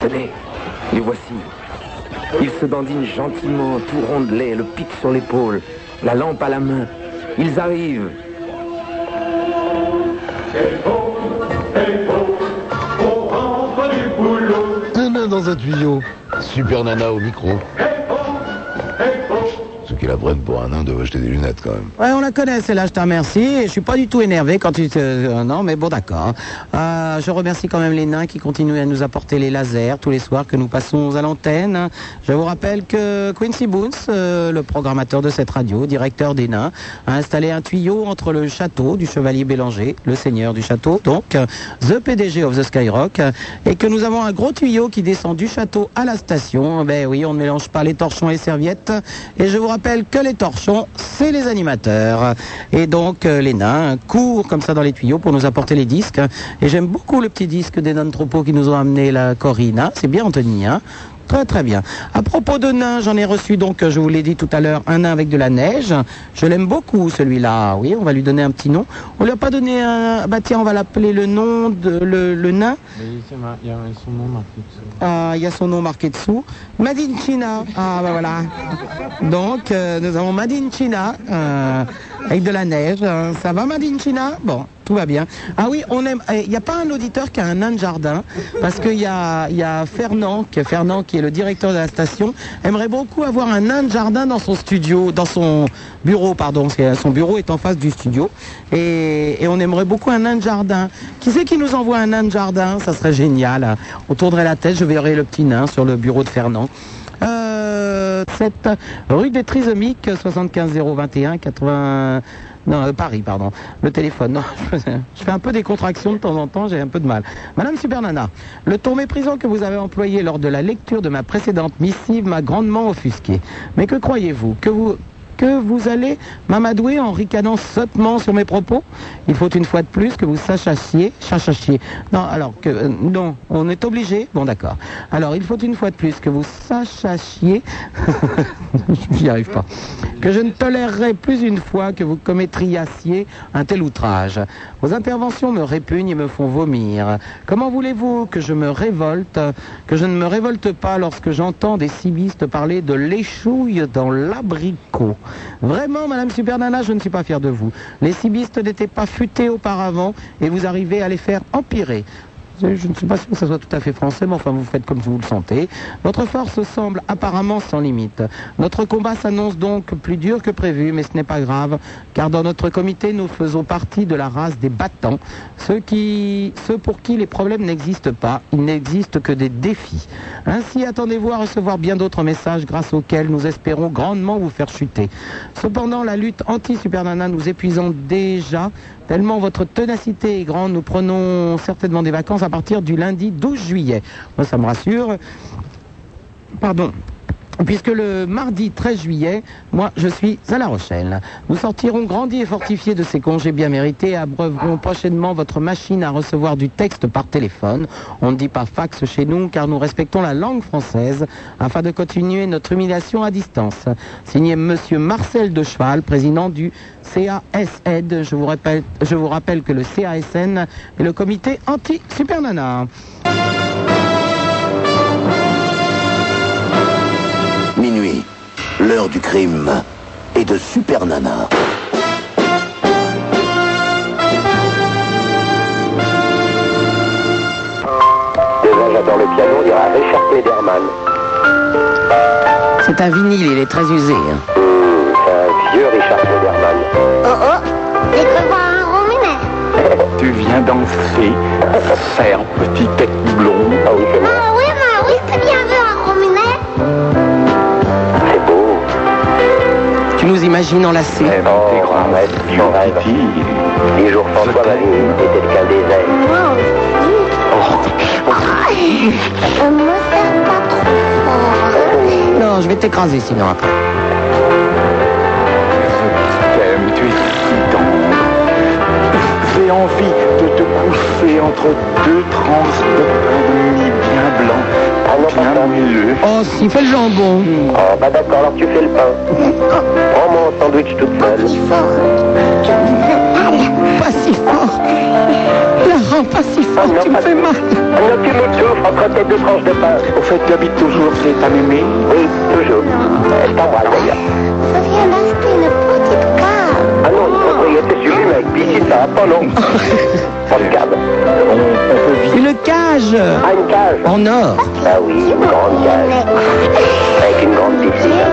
Attendez, les voici. Ils se dandinent gentiment, tout rondelés, le pic sur l'épaule, la lampe à la main. Ils arrivent. Un nain dans un tuyau. Super Nana au micro. Ce qui la prenne pour un nain doit acheter des lunettes quand même. Ouais, on la connaît, celle-là, je te remercie. Et je suis pas du tout énervé quand tu te... euh, Non, mais bon, d'accord. Euh, je remercie quand même les nains qui continuent à nous apporter les lasers tous les soirs que nous passons à l'antenne. Je vous rappelle que Quincy Boons, euh, le programmateur de cette radio, directeur des nains, a installé un tuyau entre le château du Chevalier Bélanger, le seigneur du château, donc euh, The PDG of the Skyrock, euh, et que nous avons un gros tuyau qui descend du château à la station. Ben oui, on ne mélange pas les torchons et les serviettes. Et je vous rappelle que les torchons, c'est les animateurs. Et donc euh, les nains courent comme ça dans les tuyaux pour nous apporter les disques. Et j'aime beaucoup le petit disque des nains de troupeau qui nous ont amené la Corina. C'est bien Anthony, hein Très très bien. À propos de nains, j'en ai reçu donc, euh, je vous l'ai dit tout à l'heure, un nain avec de la neige. Je l'aime beaucoup celui-là. Oui, on va lui donner un petit nom. On lui a pas donné un. Bah tiens, on va l'appeler le nom de le, le nain. Il y a son nom marqué Ah, Il y a son nom marqué dessous. Madine China. Ah bah voilà. Donc euh, nous avons Madine China euh, avec de la neige. Euh, ça va Madine China Bon, tout va bien. Ah oui, on aime. eh, Il n'y a pas un auditeur qui a un nain de jardin parce qu'il y a, il y a Fernand, que Fernand qui est le directeur de la station, aimerait beaucoup avoir un nain de jardin dans son studio, dans son bureau, pardon. parce que Son bureau est en face du studio et, et on aimerait beaucoup un nain de jardin. Qui c'est qui nous envoie un nain de jardin Ça serait génial. On tournerait la tête, je verrai le petit nain sur le bureau de Fernand. Euh, 7 rue des Trisomiques, 75021 80 non, euh, Paris, pardon. Le téléphone, non. je fais- Je fais un peu des contractions de temps en temps, j'ai un peu de mal. Madame Supernana, le ton méprisant que vous avez employé lors de la lecture de ma précédente missive m'a grandement offusqué. Mais que croyez-vous Que vous que vous allez m'amadouer en ricanant sottement sur mes propos Il faut une fois de plus que vous sachassiez, chachassiez. Non, alors que euh, non, on est obligé. Bon, d'accord. Alors, il faut une fois de plus que vous sachassiez. J'y arrive pas. Que je ne tolérerai plus une fois que vous commettriassiez un tel outrage. Vos interventions me répugnent et me font vomir. Comment voulez-vous que je me révolte, que je ne me révolte pas lorsque j'entends des civistes parler de l'échouille dans l'abricot Vraiment, Madame Supernana, je ne suis pas fier de vous. Les cibistes n'étaient pas futés auparavant et vous arrivez à les faire empirer. Je je ne suis pas sûr que ça soit tout à fait français, mais enfin vous faites comme vous le sentez. Votre force semble apparemment sans limite. Notre combat s'annonce donc plus dur que prévu, mais ce n'est pas grave, car dans notre comité, nous faisons partie de la race des battants, ceux, qui, ceux pour qui les problèmes n'existent pas, il n'existe que des défis. Ainsi, attendez-vous à recevoir bien d'autres messages grâce auxquels nous espérons grandement vous faire chuter. Cependant, la lutte anti-Supernana nous épuisant déjà, Tellement votre ténacité est grande, nous prenons certainement des vacances à partir du lundi 12 juillet. Moi, ça me rassure. Pardon. Puisque le mardi 13 juillet, moi, je suis à La Rochelle. Nous sortirons grandis et fortifiés de ces congés bien mérités et abreuverons prochainement votre machine à recevoir du texte par téléphone. On ne dit pas fax chez nous car nous respectons la langue française afin de continuer notre humiliation à distance. Signé Monsieur Marcel de Cheval, président du CASN. Je vous rappelle, je vous rappelle que le CASN est le comité anti-supernana. Minuit, l'heure du crime et de Super Nana. Déjà, j'adore le piano, il y a Richard Klederman. C'est un vinyle, il est très usé. hein. un vieux Richard Klederman. Tu viens danser, serre petit tête blonde. Ah oui, c'est moi. Ah oui, mais oui, c'est bien vu un rominet. C'est beau. Tu nous imagines enlacés. Eh ben, t'es Oh, grand, arrête, Dieu mon rêve. petit. Les jours François Je t'aime. Valéry était le cas des ailes. Ah, On ne me serre pas trop fort. Non, je vais t'écraser sinon après. Je t'aime, tu es si tendre. J'ai envie de te coucher entre deux tranches de pain de mie bien Ah non, blanc, pas ça. bien moelleux. Oh, s'il fait le jambon. Oh, bah d'accord, alors tu fais le pain. Prends mon sandwich toute seule. Il faut que je me Pas si fort. La rends pas si fort, tu me fais mal. Un oculus souffre entre tes deux tranches de pain. Au fait, tu habites toujours chez ta mémé Oui, toujours. Je t'embrasse d'ailleurs. Je viens d'acheter une petite cave. Ah non, une propriété sublime avec piscine, ça va pas, non On se garde. Une cage Ah, une cage en or. Ah oui, une grande cage. Avec une grande piscine.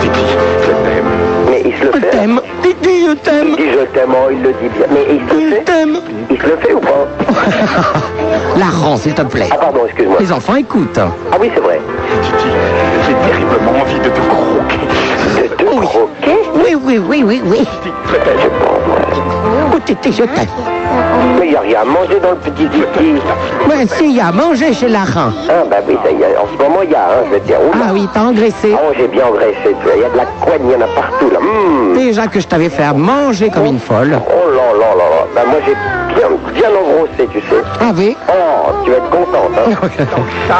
Titi, je t'aime. Mais il se le Je fait. t'aime. Titi, je Il t'aime. dit je t'aime, oh, il le dit bien. Mais il se le Je fait t'aime. Il se le fait ou pas La rends, s'il te plaît. Ah pardon, excuse-moi. Les enfants écoutent. Ah oui, c'est vrai. Titi, j'ai terriblement envie de te croquer. De deux croquets Oui, oui, oui, oui, oui. Peut-être, je pense, ouais. Oh, Titi, je t'aime. Mais il n'y a rien à manger dans le petit Titi. Ouais, si, il y a à manger chez la rend. Ah bah oui, ça y est. En ce moment, il y a, hein, je vais te dire. Oula. Ah oui, t'as engraissé. Ah, oh, j'ai bien engraissé, tu vois. Il y a de la couenne, il y en a partout, là. Hmm. Déjà que je t'avais fait à manger comme une folle. Oh là là là là. Bah moi, j'ai bien, bien engrossé, tu sais. Ah oui Oh, tu vas être contente, hein. Ça,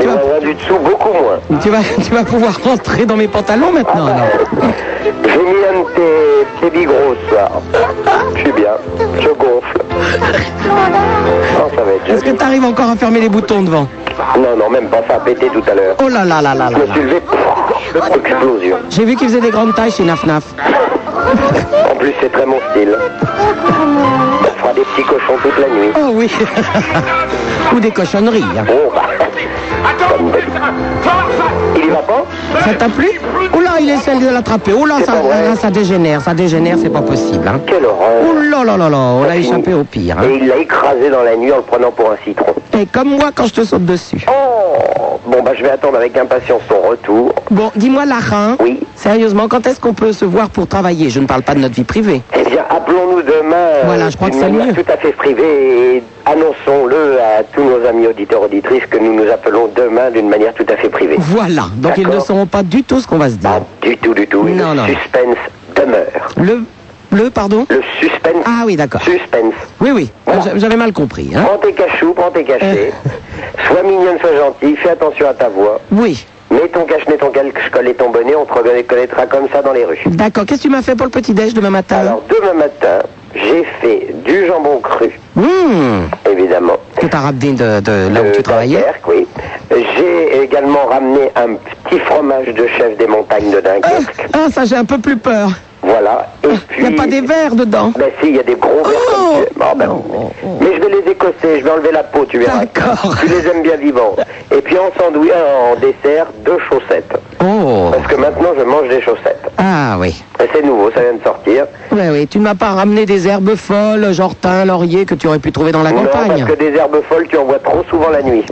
les voisins du dessous, beaucoup moins. tu vas, tu vas pouvoir rentrer dans mes pantalons maintenant, alors. J'ai mis un de tes baby gros ce soir. Je suis bien. Je gonfle. Oh, ça va être Est-ce que joli. t'arrives encore à fermer les boutons devant Non, non, même pas ça a pété tout à l'heure. Oh là là là là Je là me là. suis levé. Oh, pff, Explosion. J'ai vu qu'il faisait des grandes tailles chez Naf Naf. En plus, c'est très mon style. On fera des petits cochons toute la nuit. Oh oui Ou des cochonneries. hein. Bon, bah. Comme d'habitude. Il y va pas Ça t'a plu Oh là, il essaie de l'attraper. Oh là, ça, là, ça dégénère, ça dégénère, c'est pas possible. hein. Quelle horreur. Oh là là là là, on a échappé au pire. hein. Et il l'a écrasé dans la nuit en le prenant pour un citron. Et comme moi quand je te saute dessus. Oh Bon, bah, je vais attendre avec impatience son retour. Bon, dis-moi Larin, Oui. sérieusement, quand est-ce qu'on peut se voir pour travailler Je ne parle pas de notre vie privée. Eh bien, appelons-nous demain. euh, Voilà, je crois que d'une c'est manière mieux. Tout à fait privée et annonçons-le à tous nos amis auditeurs auditrices que nous nous appelons demain d'une manière tout à fait privée. Voilà, donc ils ne D'accord. Ah. sauront pas du tout ce qu'on va se Pas dire. du tout, du tout. Et Non, le non. suspense demeure. Le, le, pardon Le Ah. suspense. Ah oui, d'accord. Suspense. Oui, oui, Voilà. j'a- j'avais mal compris. Hein Prends tes cachous, prends tes cachets. Euh. sois mignonne, sois gentille, fais attention à ta voix. oui, Mets ton cache, mets ton calcul et ton bonnet, on te reconnaîtra comme ça dans les rues. d'accord. Qu'est-ce que tu m'as fait pour le petit-déj demain matin Alors, demain matin, j'ai fait du jambon cru, Hum, évidemment. Euh, Que t'as ramené de, de là où de tu travaillais Dunkerque, oui. J'ai également ramené un petit fromage de chef des montagnes de ah, Dunkerque. ah, ça j'ai un peu plus peur. Voilà. Et Il n'y puis. a pas des verres dedans. Ben si, il y a des gros verres Oh comme tu- Ah, ben, Mais je vais les écosser, je vais enlever la peau, tu verras. D'accord. Tu les aimes bien vivants. Et puis en sandwich, en dessert, deux chaussettes. Oh, Parce que maintenant, je mange des chaussettes. ah oui. Et C'est nouveau, ça vient de sortir. Oui, oui, tu ne m'as pas ramené des herbes folles, genre thym, laurier, que tu aurais pu trouver dans la non, campagne. parce que des herbes folles, tu en vois trop souvent la nuit.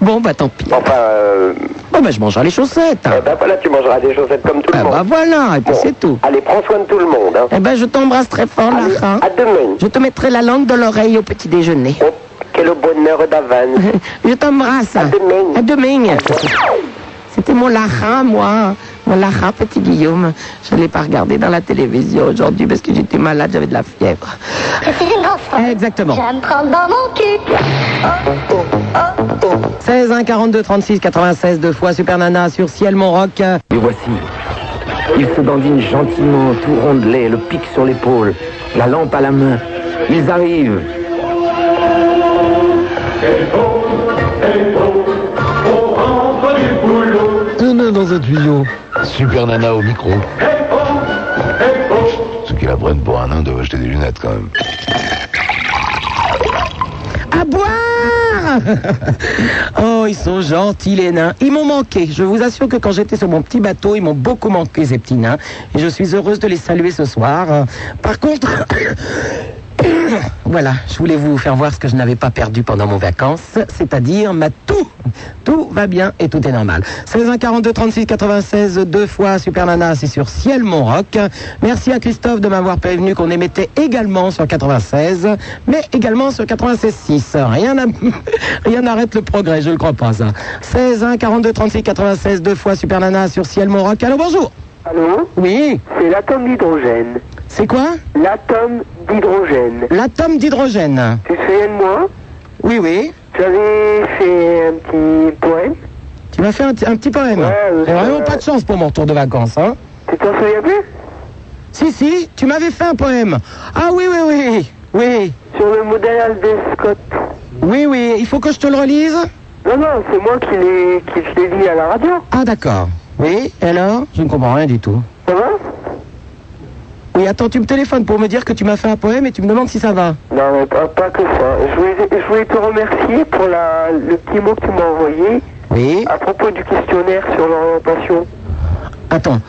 Bon, bah tant pis. Enfin, euh, Bon, bah je mangerai les chaussettes. eh ben voilà, tu mangeras des chaussettes comme tout Ah, le monde. bah voilà, et puis Bon. c'est tout. Allez, prends soin de tout le monde. hein. Eh ben, je t'embrasse très fort, Allez, Larin. à demain. Je te mettrai la langue dans l'oreille au petit déjeuner. Oh, quel bonheur d'avance. Je t'embrasse. À demain. À demain. C'était mon Larin, moi. Mon Larin, petit Guillaume. Je ne l'ai pas regardé dans la télévision aujourd'hui parce que j'étais malade, j'avais de la fièvre. C'est une enfant. Je Exactement. vais me prendre dans mon cul. Oh, 16 1 42 36 96 deux fois Super Nana sur Ciel Mon Rock. Et voici. Ils se dandinent gentiment, tout rondelés, le pic sur l'épaule, la lampe à la main. Ils arrivent. Un nain dans un tuyau. Super Nana au micro. Ceux qui la prennent pour un nain doivent acheter des lunettes quand même. À boire Oh, ils sont gentils, les nains. Ils m'ont manqué. Je vous assure que quand j'étais sur mon petit bateau, ils m'ont beaucoup manqué, ces petits nains. Et je suis heureuse de les saluer ce soir. Euh, Par contre... Voilà, je voulais vous faire voir ce que je n'avais pas perdu pendant mon vacances, c'est-à-dire ma tout. Tout va bien et tout est normal. 16 1 42 36 96 deux fois Super Nana, c'est sur Ciel Mon Rock. Merci à Christophe de m'avoir prévenu qu'on émettait également sur 96, mais également sur 96 6. Rien n'a- rien n'arrête le progrès, je le crois pas ça. 16 1 42 36 96 deux fois Super Nana sur Ciel Mon Rock. Allô, bonjour. Allô Oui, C'est l'atome d'hydrogène. c'est quoi L'atome d'hydrogène. L'atome d'hydrogène. Tu te souviens de moi Oui, oui. J'avais fait un petit poème. Tu m'as fait un, t- un petit poème. Ouais, euh, J'ai vraiment euh, pas de chance pour mon retour de vacances, hein Tu t'en souviens plus Si, si, tu m'avais fait un poème. Ah oui, oui, oui. Oui, Sur le modèle Aldous Scott. oui, oui. Il faut que je te le relise Non, non, c'est moi qui l'ai qui te l'ai dit à la radio. Ah d'accord. Oui, et alors Je ne comprends rien du tout. Ça va Oui, attends, tu me téléphones pour me dire que tu m'as fait un poème et tu me demandes si ça va. Non, mais pas, pas que ça. Je voulais, je voulais te remercier pour la, le petit mot que tu m'as envoyé Oui. à propos du questionnaire sur l'orientation. Attends.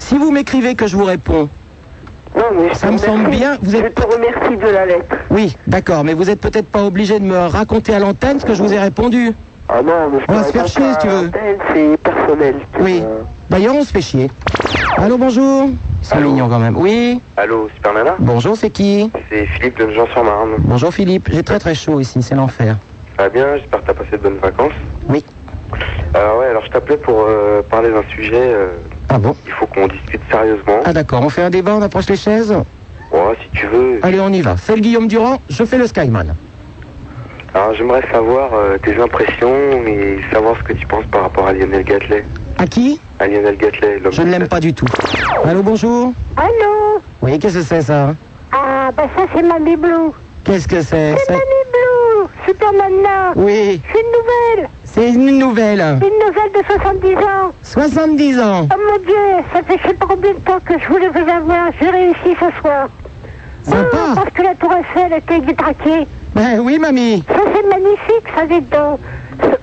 Si vous m'écrivez que je vous réponds. Non, mais je Ça te me semble remercie. bien, vous êtes- Je te remercie de la lettre. Oui, d'accord, mais vous n'êtes peut-être pas obligé de me raconter à l'antenne ce que je vous ai répondu. Ah non, mais je On va te se faire réponds chier, pas si tu à veux. l'antenne, C'est personnel. tu Oui. vois. D'ailleurs, on se fait chier. Allô, bonjour. Ils sont Allô. mignons quand même. Oui. Allô, Super Nana Bonjour, c'est qui C'est Philippe de Jean-sur-Marne. Bonjour Philippe. J'ai très très chaud ici, c'est l'enfer. Ça va bien, j'espère que t'as passé de bonnes vacances. Oui. Alors ouais, alors je t'appelais pour euh, parler d'un sujet, euh, Ah bon il faut qu'on discute sérieusement. Ah d'accord, on fait un débat, on approche les chaises. Ah. Ouais, si tu veux. Allez, on y va. C'est le Guillaume Durand, je fais le Skyman. Alors j'aimerais savoir euh, tes impressions et savoir ce que tu penses par rapport à Lionel Gatlet. À qui À Lionel Gatlet, l'homme... Je ne l'aime pas du tout. Allô, bonjour. Allô Oui, qu'est-ce que c'est ça Ah, bah ça, c'est Mamie Blue. Qu'est-ce que c'est C'est C'est- Mamie Blue Super Nana Oui, C'est une nouvelle c'est une nouvelle. Une nouvelle de 70 ans 70 ans. Oh mon Dieu Ça fait je sais pas combien de temps que je voulais vous avoir. J'ai réussi ce soir. Ah, Sympa. parce que la Tour Eiffel était détraquée. Ben oui, mamie. Ça, c'est magnifique, ça, dites donc.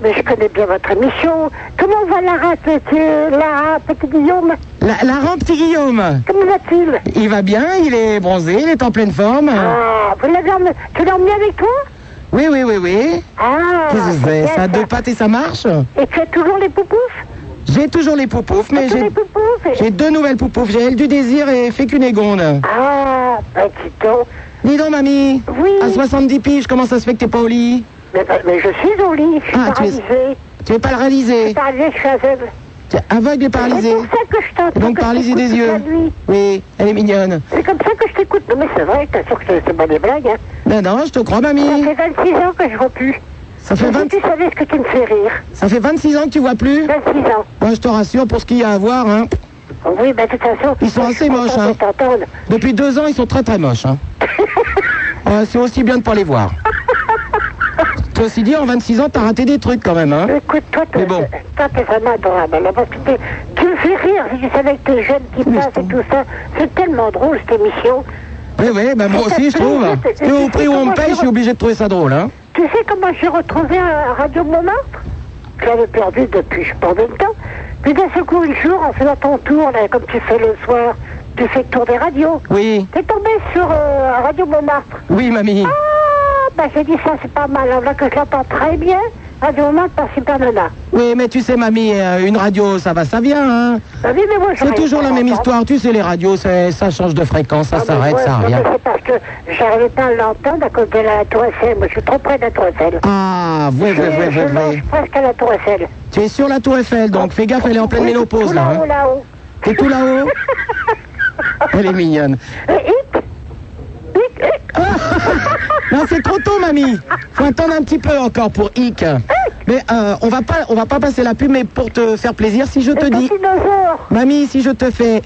Mais je connais bien votre émission. Comment va Lara, petit, Lara, petit Guillaume La, la rampe, petit Guillaume. Comment va-t-il Il va bien, il est bronzé, il est en pleine forme. Ah, vous l'avez emmené, tu l'as emmené avec toi Oui, oui, oui, oui. Ah, Qu'est-ce que c'est bien, Ça a deux pattes et ça marche Et tu as toujours les poupoufs J'ai toujours les poupoufs, mais Toujours j'ai les poupoufs et- j'ai deux nouvelles poupoufs. J'ai Elle du Désir et Fécunégonde. Ah, bah dis donc. Dis donc, mamie. Oui. À 70 piges, comment ça se fait que t'es pas au lit Mais, bah, mais je suis au lit, je suis Ah, tu es- paralysée. Je Tu es paralysée. suis paralysée, je suis aveugle. Tu es aveugle et C'est paralysée. pour ça que je t'entends. Donc que je paralysée t'écoute des toute la yeux. nuit. Oui, elle est mignonne. C'est comme ça que je t'écoute. Non, mais c'est vrai, t'es sûr que c'est- c'est pas des blagues, hein. Non, non, je te crois, Ça mamie. fait 26 ans que je vois plus. Ça fait, 20 Si tu savais ce que tu me fais rire. ça fait 26 ans que tu vois plus. 26 ans. Moi, je te rassure, pour ce qu'il y a à voir, hein. Oui, bah de toute façon. Ils sont je assez suis moches, contente hein. de t'entendre. Depuis deux ans, ils sont très très moches. Hein. Euh, c'est aussi bien de pas les voir. Ceci dit, en 26 ans, t'as raté des trucs quand même. Hein. Écoute, toi, Mais t'es bon. toi, t'es vraiment adorable. Alors, parce que t'es- tu me fais rire, si tu savais que tes jeunes qui Mais je passent t'en- et tout ça. C'est tellement drôle, cette émission. Oui, oui, ben moi aussi, je trouve. Parce que au prix où on me paye, je suis obligé de trouver ça drôle. Hein. Tu sais comment j'ai retrouvé à Radio Montmartre J'avais perdu depuis, je pendais le temps. Puis d'un seul coup, un jour, en faisant ton tour, là, comme tu fais le soir, tu fais le tour des radios. Oui, T'es tombé sur euh, Radio Montmartre. oui, mamie. Ah, bah j'ai dit ça, c'est pas mal. Alors là que je l'entends très bien, Radio Montmartre par Super Nana. Oui, mais tu sais, mamie, euh, une radio, ça va, ça vient. Hein. Bah oui, mais moi, C'est j'arrive toujours pas la à même l'entendre. histoire. Tu sais, les radios, c'est- ça change de fréquence, ça Ah, mais s'arrête, moi, ça non, revient. mais C'est parce que j'arrivais pas à l'entendre à cause de la Tour Eiffel. Moi, je suis trop près de la Tour Eiffel. Ah, oui, je oui, oui, je oui, oui. longe presque à la Tour Eiffel. Tu es sur la Tour Eiffel, donc fais gaffe, elle est en pleine Oui, ménopause tout là. là-haut, hein. là-haut. T'es tout là-haut Elle est mignonne. Ah, Et hic, hic, hic. Non, c'est trop tôt, mamie. Faut attendre un petit peu encore pour Hic. Mais euh, on va pas, on va pas passer la pub, mais pour te faire plaisir, si je te Le dis, petit dinosaure. mamie, si je te fais,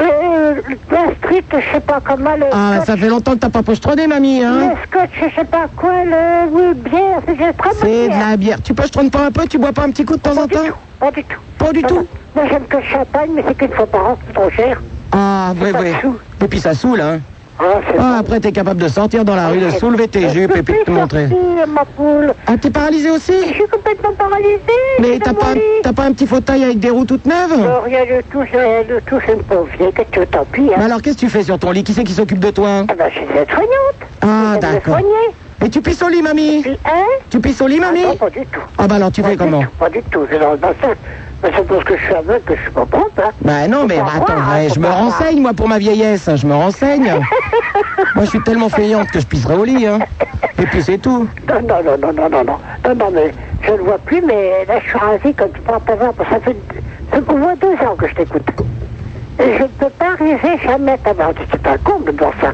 Euh, la street, je sais pas comment, le ah, ça scotch, fait longtemps que t'as pas pochetronné, mamie, hein. le scotch, je sais pas quoi, le oui, bière, c'est c'est très bonne C'est de bière. la bière. Tu pochetronnes pas un peu, tu bois pas un petit coup de temps en Pas du temps tout, pas du tout. Pas du Non, tout. non. Moi, j'aime que le champagne, mais c'est qu'une fois par an, c'est trop cher. Ah, oui, pas oui. sous. Et puis ça saoule, hein. Ah, c'est Ah, après t'es capable de sortir dans la rue, de bon. soulever tes Je jupes peux et puis de plus te montrer. sortir, ma poule. Ah, t'es paralysé Je aussi suis complètement paralysée. je Mais suis t'as dans mon pas, lit. t'as pas un petit fauteuil avec des roues toutes neuves Non, rien du tout, rien du tout, c'est une pauvre vieille, que tu veux, tant pis. Mais Hein. alors qu'est-ce que tu fais sur ton lit Qui c'est qui s'occupe de toi Ah, bah, je suis une soignante. Ah, Je vais me d'accord. soigner. Et tu pisses au lit, mamie Puis, hein Tu pisses au lit, Ah, mamie non, pas du tout. Ah bah alors tu Pas fais du comment tout, Pas du tout, c'est dans le bassin. Mais c'est parce que je suis aveugle que je me trompe, hein. Bah non, mais Faut pas attends, voir, hein, ouais, faut je me pas voir. renseigne, moi, pour ma vieillesse, hein, je me renseigne. moi, je suis tellement feignante que je pisserai au lit, hein. Et puis c'est tout. Non, non, non, non, non, non, non, non, non, mais je ne vois plus, mais là, je suis rasé comme tu prends ta voix, parce que ça fait, ça fait au moins deux ans que je t'écoute. Et je ne peux pas arriver jamais à ta voix. C'est un comble dans ça.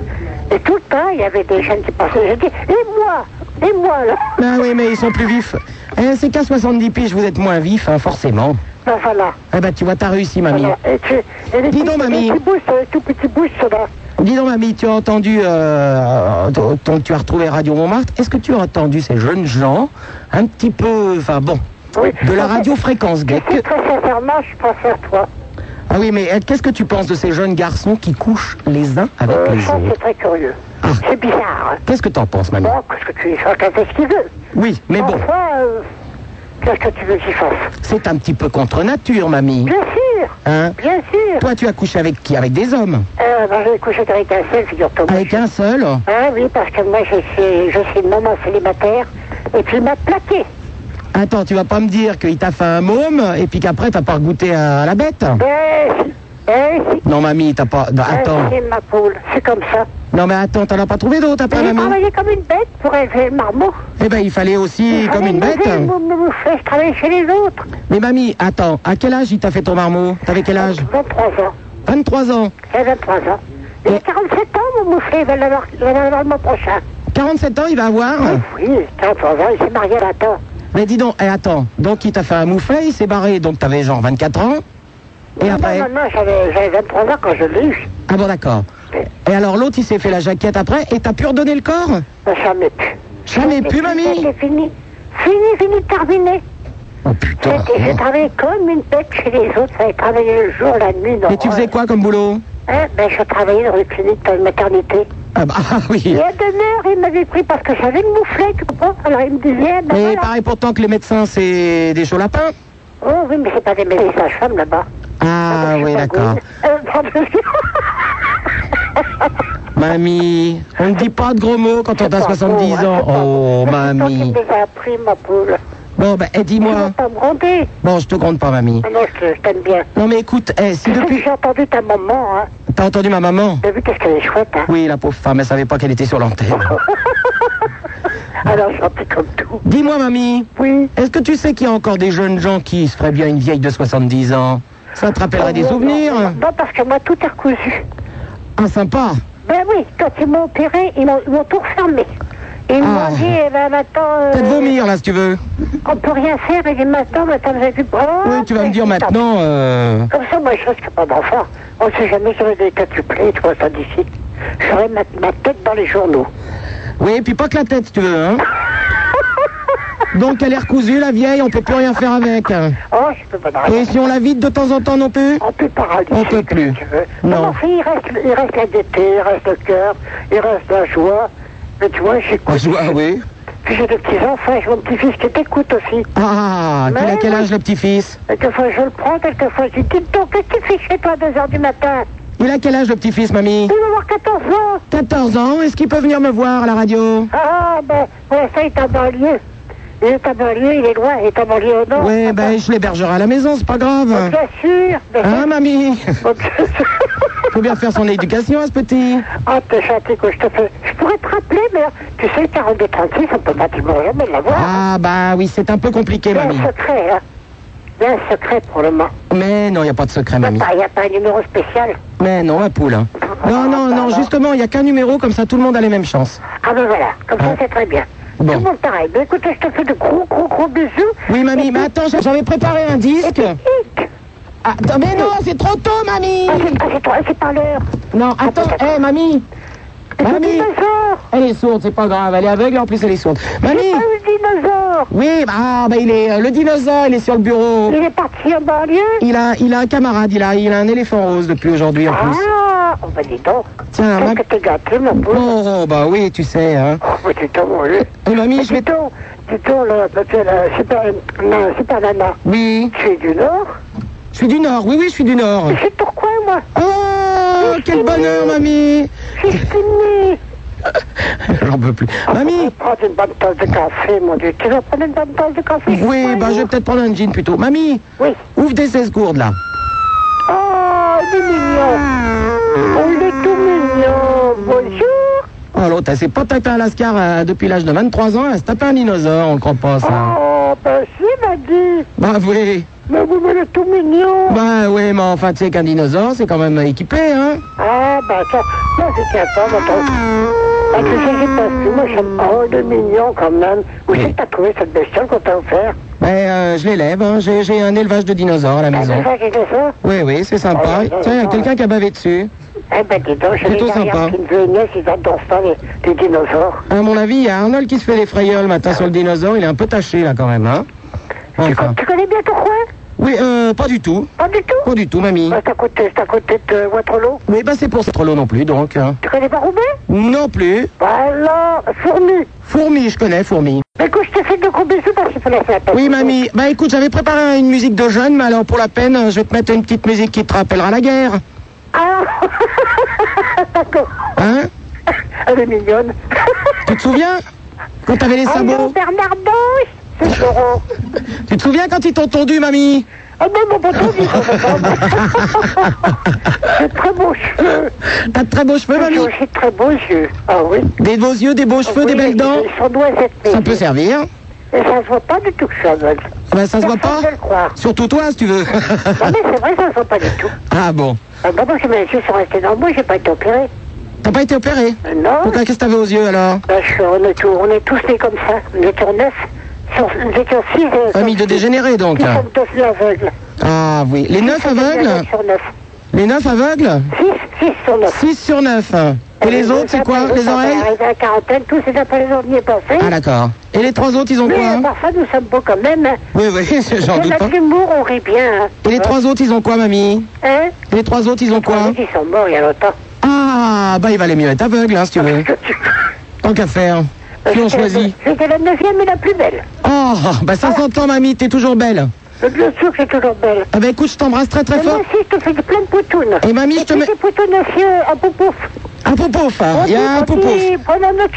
Et tout le temps, il y avait des jeunes qui passaient, je dis, et moi, Et moi, là Ben oui, mais ils sont plus vifs. Eh, c'est qu'à 70 piges, vous êtes moins vif, hein, forcément. Ben voilà. Eh ben, tu vois, t'as réussi, mamie. Voilà. Et tu, et les Dis tout- donc, les mamie. petits bouches, les tout petits bouches, là. Dis donc, mamie, tu as entendu, euh, ton- ton- tu as retrouvé Radio Montmartre. Est-ce que tu as entendu ces jeunes gens, un petit peu, enfin bon, de la radio fréquence gay Et très sincèrement, je préfère toi. Ah oui, mais euh, qu'est-ce que tu penses de ces jeunes garçons qui couchent les uns avec Euh, les ça, autres c'est très curieux. Ah. C'est bizarre. hein. Qu'est-ce que t'en penses, mamie Bon, qu'est-ce que tu chacun fait ce qu'il veut. Oui, mais bon, Enfin, euh, qu'est-ce que tu veux qu'il fasse c'est un petit peu contre nature, mamie. Bien sûr Hein Bien sûr Toi, tu as couché avec qui Avec des hommes Euh, ben, j'ai couché avec un seul, figure-toi. Avec un seul Ah oui, parce que moi, je suis, je suis maman célibataire, et puis il m'a plaqué. Attends, tu vas pas me dire qu'il t'a fait un môme et puis qu'après t'as pas goûté à la bête Eh, si, eh, si. Non, mamie, t'as pas. non, Eh, attends. Ah, C'est ma poule, c'est comme ça. Non, mais attends, t'en as pas trouvé d'autre après, J'ai mamie travaillé comme une bête pour élever le marmot. Eh ben, il fallait aussi comme une bête. me je travaillais chez les autres. Mais mamie, attends, à quel âge il t'a fait ton marmot T'avais quel âge 23 ans. 23 ans. J'ai 23 ans. J'ai 47 ans, mon moufflet, il va l'avoir il va l'avoir le mois prochain. Ah 47 ans, il va avoir Oui, 43 ans, il s'est marié à la temps. Mais dis donc, eh, attends, donc il t'a fait un mouflet, il s'est barré, donc t'avais genre 24 ans Et non, après non, non, non, j'avais j'avais 23 ans quand je l'ai eu. Ah bon, d'accord. Et alors l'autre, il s'est fait la jaquette après, et t'as pu redonner le corps Ben, Jamais plus. Jamais plus, mamie C'est fini. Fini, fini, terminé. Oh putain J'ai- J'ai travaillé comme une bête chez les autres. J'avais travaillé le jour, la nuit, non. Mais tu faisais quoi comme boulot Hein, ben, je travaillais dans une clinique, dans une maternité. ah, bah, ah oui Et à demeure, il m'avait pris parce que j'avais le mouflet, tu comprends Alors il me disait, ben Mais voilà. pareil pourtant que les médecins, c'est des chauds lapins Oh oui, mais c'est pas des médecins sages-femmes là-bas. ben, Ah oui, d'accord. Euh, pardon. Mamie, on ne dit pas de gros mots quand on a 70 hein, ans. Oh, Il mamie. me les a appris, ma poule. Bon, ben, eh, Tu vas dis-moi. pas me gronder. Bon, je te gronde pas, mamie. Ah non, je te- je t'aime bien. Non, mais écoute, eh, si depuis... J'ai entendu ta maman, hein. T'as entendu ma maman T'as vu qu'est-ce qu'elle est chouette, hein. Oui, la pauvre femme, elle savait pas qu'elle était sur l'antenne. Alors gentille comme tout. Dis-moi, mamie, Oui. est-ce que tu sais qu'il y a encore des jeunes gens qui se feraient bien une vieille de 70 ans Ça te rappellerait des Non, souvenirs non, Non, parce que moi, tout est recousu. Ah, sympa Ben oui, quand ils m'ont opéré, ils m'ont ils m'ont tout refermé. Ils Ah. m'ont dit, eh ben maintenant... euh, Peut-être vomir, là, si tu veux. On peut rien faire, et maintenant, maintenant, vous avez vu... Oh, Oui, tu vas me dire putain. maintenant... euh, Comme ça, moi, je sais qu'il n'y a pas d'enfant. On sait jamais j'aurais des quatuplés, tu vois ça d'ici. J'aurais ma, ma tête dans les journaux. Oui, et puis pas que la tête, si tu veux, hein Donc elle est recousue, la vieille, on peut plus rien faire avec. hein. Oh, je peux pas Et parler. si on la vide de temps en temps non plus On peut paralyser. On peut plus. Tu veux. Non. Non. non, il reste, il reste la gaieté, il reste le cœur, il reste la joie. Mais tu Ah, vois, j'écoute. oui. Puis j'ai des petits-enfants, j'ai mon petit-fils qui t'écoute aussi. Ah, il a quel âge le petit-fils Quelquefois, je le prends, quelquefois, je dis, dis donc, qu'est-ce que tu fais chez toi à 2h du matin Il a quel âge le petit-fils, mamie Il va avoir 14 ans. 14 ans, est-ce qu'il peut venir me voir à la radio Ah, ben, ouais, ça, il est en banlieue. Il est en banlieue, il est loin, il est en banlieue au nord. Ouais, ben je l'hébergerai à la maison, c'est pas grave. Bien sûr. mais- Hein, mamie Faut bien faire son éducation à ce petit. Ah, t'es gentil, quoi, je te fais. Je pourrais te rappeler, mais hein, tu sais, 42-36, on peut pratiquement jamais l'avoir. Ah, bah oui, c'est un peu compliqué, Il y a mamie. un secret, hein. Il y a un secret pour le moment. Mais non, il n'y a pas de secret, Il mamie. n'y a, pas un numéro spécial. Mais non, ma poule. hein. Non, non, non, justement, il n'y a qu'un numéro, comme ça tout le monde a les mêmes chances. Ah ben voilà, comme ça c'est très bien. Bon. Tout le monde pareil. Ben écoute, je te fais de gros, gros, gros bisous. Oui, mamie, mais attends, j'avais préparé un disque. Hic Ah, attends, mais non, c'est trop tôt, mamie Ah, c'est- ah, c'est toi, c'est pas l'heure. Non, attends, hé, mamie C'est Mamie le dinosaure Elle est sourde, c'est pas grave, elle est aveugle, en plus elle est sourde. Mamie Ah, le dinosaure Oui, bah, ah, bah, il est, euh, le dinosaure, il est sur le bureau. Il est parti en banlieue Il a, il a un camarade, il a, il a un éléphant rose depuis aujourd'hui, en plus. Ah Oh ben dis donc Tiens, Qu'est-ce ma- que t'es gâté, mon pauvre Oh, bah oui, tu sais, hein. Oh, mais dis donc, mon Dieu. Eh, mamie, je Dis vais... donc, dis donc, là, ben, parce que, là, super, non, super nana, Oui, tu es du Nord je suis du Nord, oui, oui, je suis du Nord. Mais c'est pourquoi, moi Oh, quel bonheur, mamie C'est fini Ah, J'en peux plus. Mamie Prends une bonne tasse de café, mon Dieu. Tu vas prendre une bonne tasse de café Oui, bah, je vais peut-être prendre un jean plutôt. Mamie, Oui. ouvre tes 16 gourdes, là. Oh, il est mignon Oh, il est tout mignon Bonjour Oh, l'autre, elle s'est pas tapée un lascar euh, depuis l'âge de 23 ans, elle se tapée un dinosaure, on le croit pas, ça. Oh, ben si, m'a dit Bah oui, Mais vous, mais il est tout mignon bah oui, mais enfin, tu sais qu'un dinosaure, c'est quand même équipé, hein Ah, ben ça, ça, c'est sympa, mon Parce que je sais pas si moi je me oh, de mignon quand même. Où c'est que t'as trouvé cette bestiole qu'on t'a offert Ben, euh, je l'élève, hein. j'ai j'ai un élevage de dinosaures à la maison. C'est ça qui fait ça Oui, oui, c'est sympa. Tiens, il y a quelqu'un qui a bavé dessus. Eh ben dis donc, j'ai Plutôt les sympa. arrières qui me venaient, ils adorent ça, les, les dinosaures. À mon avis, il y a Arnold qui se fait des frayeurs le matin sur le dinosaure, il est un peu taché là quand même, hein Enfin. Ah, Tu connais bien ton coin Oui, euh, pas du tout. Pas du tout Ah, Pas du tout, mamie. C'est à côté, c'est à côté de euh, Waterloo. Mais bah c'est pour ça, Trollo non plus, donc. hein. Tu connais pas Roubaix Non plus. Bah là, fourmi. Fourmi, je connais, fourmi. Mais écoute, je te fais de gros bisous parce qu'il faut la faire. Oui, mamie. Bah écoute, j'avais préparé une musique de jeune, mais alors pour la peine, euh, je vais te mettre une petite musique qui te rappellera la guerre. Ah D'accord. Hein Elle est mignonne. Tu te souviens Quand t'avais les Allô, sabots Bernard Bouche C'est Florent. Tu te souviens quand ils t'ont tondu, mamie Ah ben, mon poteau, dis C'est très beaux cheveux. T'as de très beaux cheveux, J'ai Ah, mamie. aussi de très beaux yeux. Ah oui. Ah Des beaux yeux, des beaux cheveux, Oui, des belles dents. Ils sont doux à cette Ça maison. peut servir. Et ça se voit pas du tout que ça, aveugle. Ah bah ça se voit pas Ah. Personne ne le croire. Surtout toi, si tu veux. Non, mais c'est vrai, ça se voit pas du tout. ah bon. Ah, bah, moi, mes yeux sont restés dans moi, j'ai pas été opéré. T'as pas été opéré Euh, Non, Pourquoi qu'est-ce que t'avais aux yeux alors Bah, je suis- on, est tous, on est tous nés comme ça. Nous étions neuf. Sur- Nous étions six. euh, Famille de sur- dégénérés donc. Qui sommes devenus aveugles. Ah oui. Les neuf Nous sommes devenus aveugles sur neuf. Les neuf aveugles Six, six sur neuf. 6 sur 9. Et Euh, les autres, c'est quoi Les oreilles Arrivé à la quarantaine, tous les après les orniers passés. Ah d'accord. Et les trois autres, ils ont Mais quoi à hein part ça, nous sommes beaux quand même. hein. Oui, oui, j'en On doute a pas. de l'humour, on rit bien. hein. Et les trois autres, ils ont quoi, mamie Hein Et Les trois autres, ils ont quoi Ils sont morts il y a longtemps. Ah, bah il valait mieux être aveugle, hein, si tu veux. Tant qu'à faire. Qui Euh, on choisit C'était la neuvième et la plus belle. Oh, Ah. bah 50 ans, mamie, t'es toujours belle. Mais bien sûr que c'est toujours belle. Ah bah écoute, je t'embrasse très très Mais moi fort. aussi, je te fais de plein de poutounes. Et mamie, je te puis mets- des poutounes aussi euh, à poupouf. Un poupouf, hein. il y a un poupouf. Bonne noche.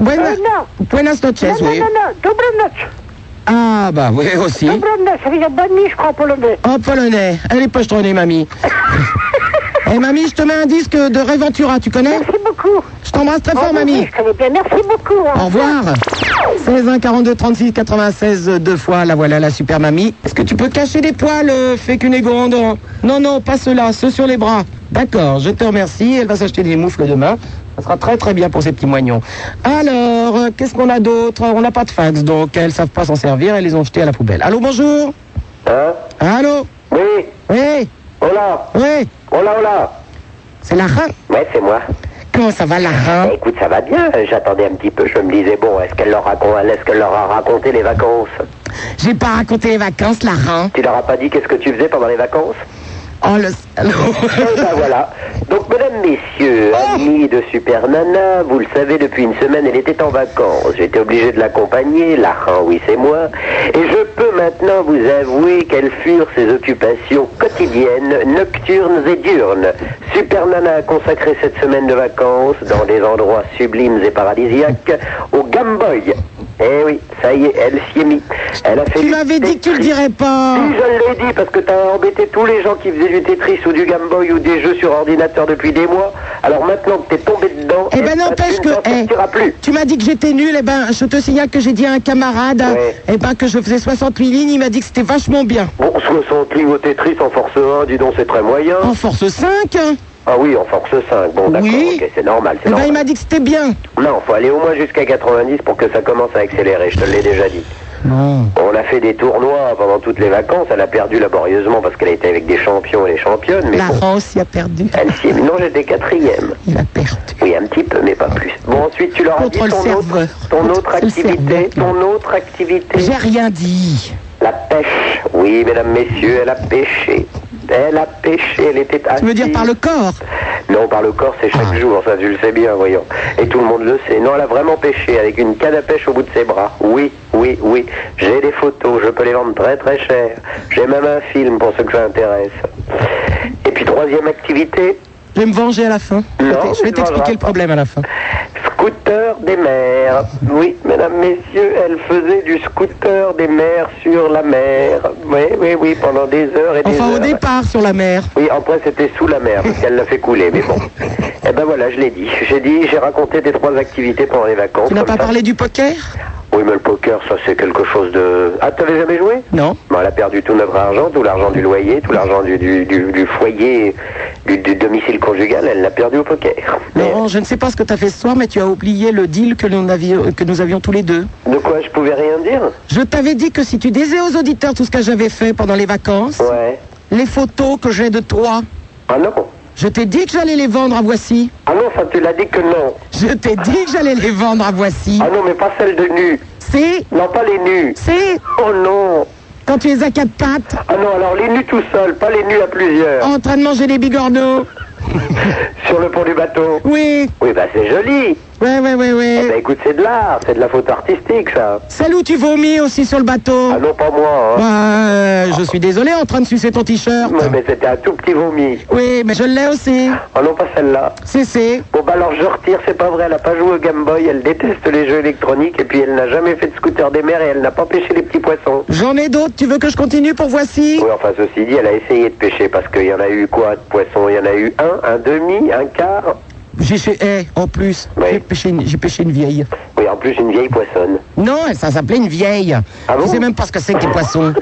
Buena- Euh, non. buenas noches, non, oui. non, non, non, double noche. Ah bah oui, aussi. Double noche, ça veut dire bonne nuit, je crois, en polonais. Oh, polonais. Allez, pochetronnée, mamie. Eh, mamie, je te mets un disque de Reventura, tu connais Merci beaucoup. Je t'embrasse très fort, Oh, mamie. oui, Je connais bien, merci beaucoup. hein. Au revoir. 16 1 42 36 96 euh, deux fois, la voilà la super mamie. Est-ce que tu peux cacher des poils, euh, Fécunégonde Non, non, pas ceux-là, ceux sur les bras. D'accord, je te remercie. Elle va s'acheter des moufles demain. Ça sera très très bien pour ces petits moignons. Alors, euh, qu'est-ce qu'on a d'autre On n'a pas de fax, donc elles savent pas s'en servir. Elles les ont jetés à la poubelle. Allô, bonjour Hein Allô Oui, Oui hola, Oui hola, hola. C'est la reine Ouais, c'est moi. Comment ça va, la Bah, reine écoute, ça va bien. Euh, J'attendais un petit peu. Je me disais, bon, est-ce qu'elle leur, racon- est-ce qu'elle leur a raconté les vacances J'ai pas raconté les vacances, la reine. Tu leur as pas dit qu'est-ce que tu faisais pendant les vacances Oh, le salaud Eh ben voilà. Donc, mesdames, messieurs, Ah amis de Super Nana, vous le savez, depuis une semaine, elle était en vacances. J'étais obligé de l'accompagner. Là, hein, oui, c'est moi. Et je peux maintenant vous avouer quelles furent ses occupations quotidiennes, nocturnes et diurnes. Super Nana a consacré cette semaine de vacances dans des endroits sublimes et paradisiaques au Game Boy. Eh oui, ça y est, elle s'y est mise. Elle a fait Tu du m'avais dit que tu le Tetris. dirais pas Oui, je l'ai dit parce que t'as embêté tous les gens qui faisaient du Tetris ou du Game Boy ou des jeux sur ordinateur depuis des mois. Alors maintenant que t'es tombé dedans, Eh ben ça, n'empêche tu que ne t'en eh, sortiras plus. tu m'as dit que j'étais nul, eh ben je te signale que j'ai dit à un camarade Ouais. eh ben que je faisais 68 lignes, il m'a dit que c'était vachement bien. Bon, 60 livres au Tetris en force 1, dis donc, c'est très moyen. En force 5 Ah oui, en force 5. Bon, Oh, d'accord, Oui. ok, c'est normal, Eh c'est ben il normal. m'a dit que c'était bien. Non, faut aller au moins jusqu'à 90 pour que ça commence à accélérer, je te l'ai déjà dit. On a fait des tournois pendant toutes les vacances, elle a perdu laborieusement parce qu'elle était avec des champions et des championnes, mais La bon, France il a perdu. elle s'y est... Non, j'étais quatrième. Il a perdu. Oui, un petit peu, mais pas plus. Bon, ensuite, tu leur as dit Contrôle ton autre, serveur. ton autre Contrôle activité, serveur. ton autre activité, J'ai rien dit. la pêche. Oui, mesdames, messieurs, elle a pêché. Elle a pêché, elle était Tu veux dire par le Ah. corps Non, par le corps, c'est chaque jour, ça, tu le sais bien, voyons. Et tout le monde le sait. Non, elle a vraiment pêché, avec une canne à pêche au bout de ses bras. Oui, oui, oui. J'ai des photos, je peux les vendre très très cher. J'ai même un film pour ceux que ça intéresse. Et puis, troisième activité, Je vais me venger à la fin. Je Non, vais t- je mais vais tu mangeras t'expliquer le pas. problème à la fin. Scooter des mers. Oui, mesdames, messieurs, elle faisait du scooter des mers sur la mer. Oui, oui, oui, pendant des heures et des Enfin au heures. départ sur la mer. Oui, après c'était sous la mer, parce qu'elle l'a fait couler, mais bon. Eh ben voilà, je l'ai dit. J'ai dit, j'ai raconté tes trois activités pendant les vacances. Tu n'as comme pas ça. parlé du poker Oui, mais le poker, ça c'est quelque chose de. Ah, t'avais jamais joué Non. Bon, elle a perdu tout notre argent, tout l'argent du loyer, tout l'argent du, du, du- du foyer, du, du domicile conjugal, elle l'a perdu au poker. Laurent, je ne sais pas ce que tu as fait ce soir, mais tu as oublié le deal que nous, avions- que nous avions tous les deux. De quoi je pouvais rien dire Je t'avais dit que si tu disais aux auditeurs tout ce que j'avais fait pendant les vacances, les photos que j'ai de toi. Ah non Je t'ai dit que j'allais les vendre à Voici. Ah non, ça tu l'as dit que non. Je t'ai dit que j'allais les vendre à Voici. Ah non, mais pas celles de nu. Si Non, pas les nus. Si Oh non Quand tu es à quatre pattes, Ah non, alors les nus tout seuls, pas les nus à plusieurs. en train de manger des bigorneaux. Oh. Sur le pont du bateau. Oui. Oui, bah c'est joli. Ouais, ouais, ouais, ouais. Eh ben écoute, c'est de l'art, c'est de la faute artistique ça. Celle où tu vomis aussi sur le bateau. Ah non, pas moi. Hein. Bah, euh, je suis désolé, en train de sucer ton t-shirt. Ouais, mais c'était un tout petit vomi. Oui, mais je l'ai aussi. Ah non, pas celle-là. Si, si. Bon bah alors je retire, c'est pas vrai, elle a pas joué au Game Boy, elle déteste les jeux électroniques et puis elle n'a jamais fait de scooter des mers et elle n'a pas pêché les petits poissons. J'en ai d'autres, tu veux que je continue pour Voici Oui, enfin ceci dit, elle a essayé de pêcher parce qu'il y en a eu quoi de poissons Il y en a eu un, un demi, un quart. J'ai chez... eh, en plus, j'ai pêché, une... j'ai pêché une vieille. Oui, en plus une vieille poissonne. Non, ça s'appelait une vieille. Ah je bon sais même pas ce que c'est que des poissons.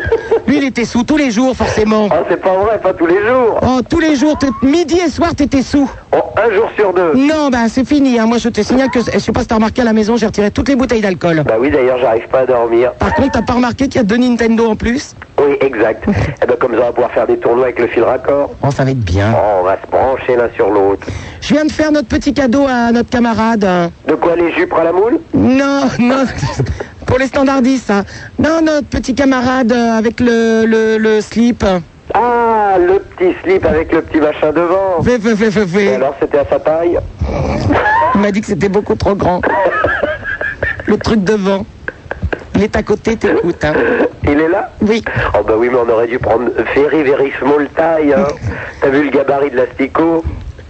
Lui, il était sous tous les jours, forcément. Ah c'est pas vrai, pas tous les jours. Oh, tous les jours, t- midi et soir, t'étais sous. Oh, un jour sur deux. Non, bah c'est fini. hein. Moi, je te signale que, je sais pas si t'as remarqué à la maison, j'ai retiré toutes les bouteilles d'alcool. Bah oui, d'ailleurs j'arrive pas à dormir. Par contre, t'as pas remarqué qu'il y a deux Nintendo en plus Oui, exact. Et ben comme ça on va pouvoir faire des tournois avec le fil raccord. Oh, ça va être bien. Oh, on va se brancher l'un sur l'autre. Je viens de faire notre petit cadeau à notre camarade. hein. De quoi les jupes à la moule Non, non, pour les standardistes, ça. Non, notre petit camarade euh, avec le, le, le slip. Ah, le petit slip avec le petit machin devant. Fais, fais, fais, fais, Et fais. alors c'était à sa taille Il m'a dit que c'était beaucoup trop grand. Le truc devant. Il est à côté, t'écoutes. Hein. Il est là Oui. Oh bah oui, mais on aurait dû prendre Ferry Very Small Taille. hein. T'as vu le gabarit de l'asticot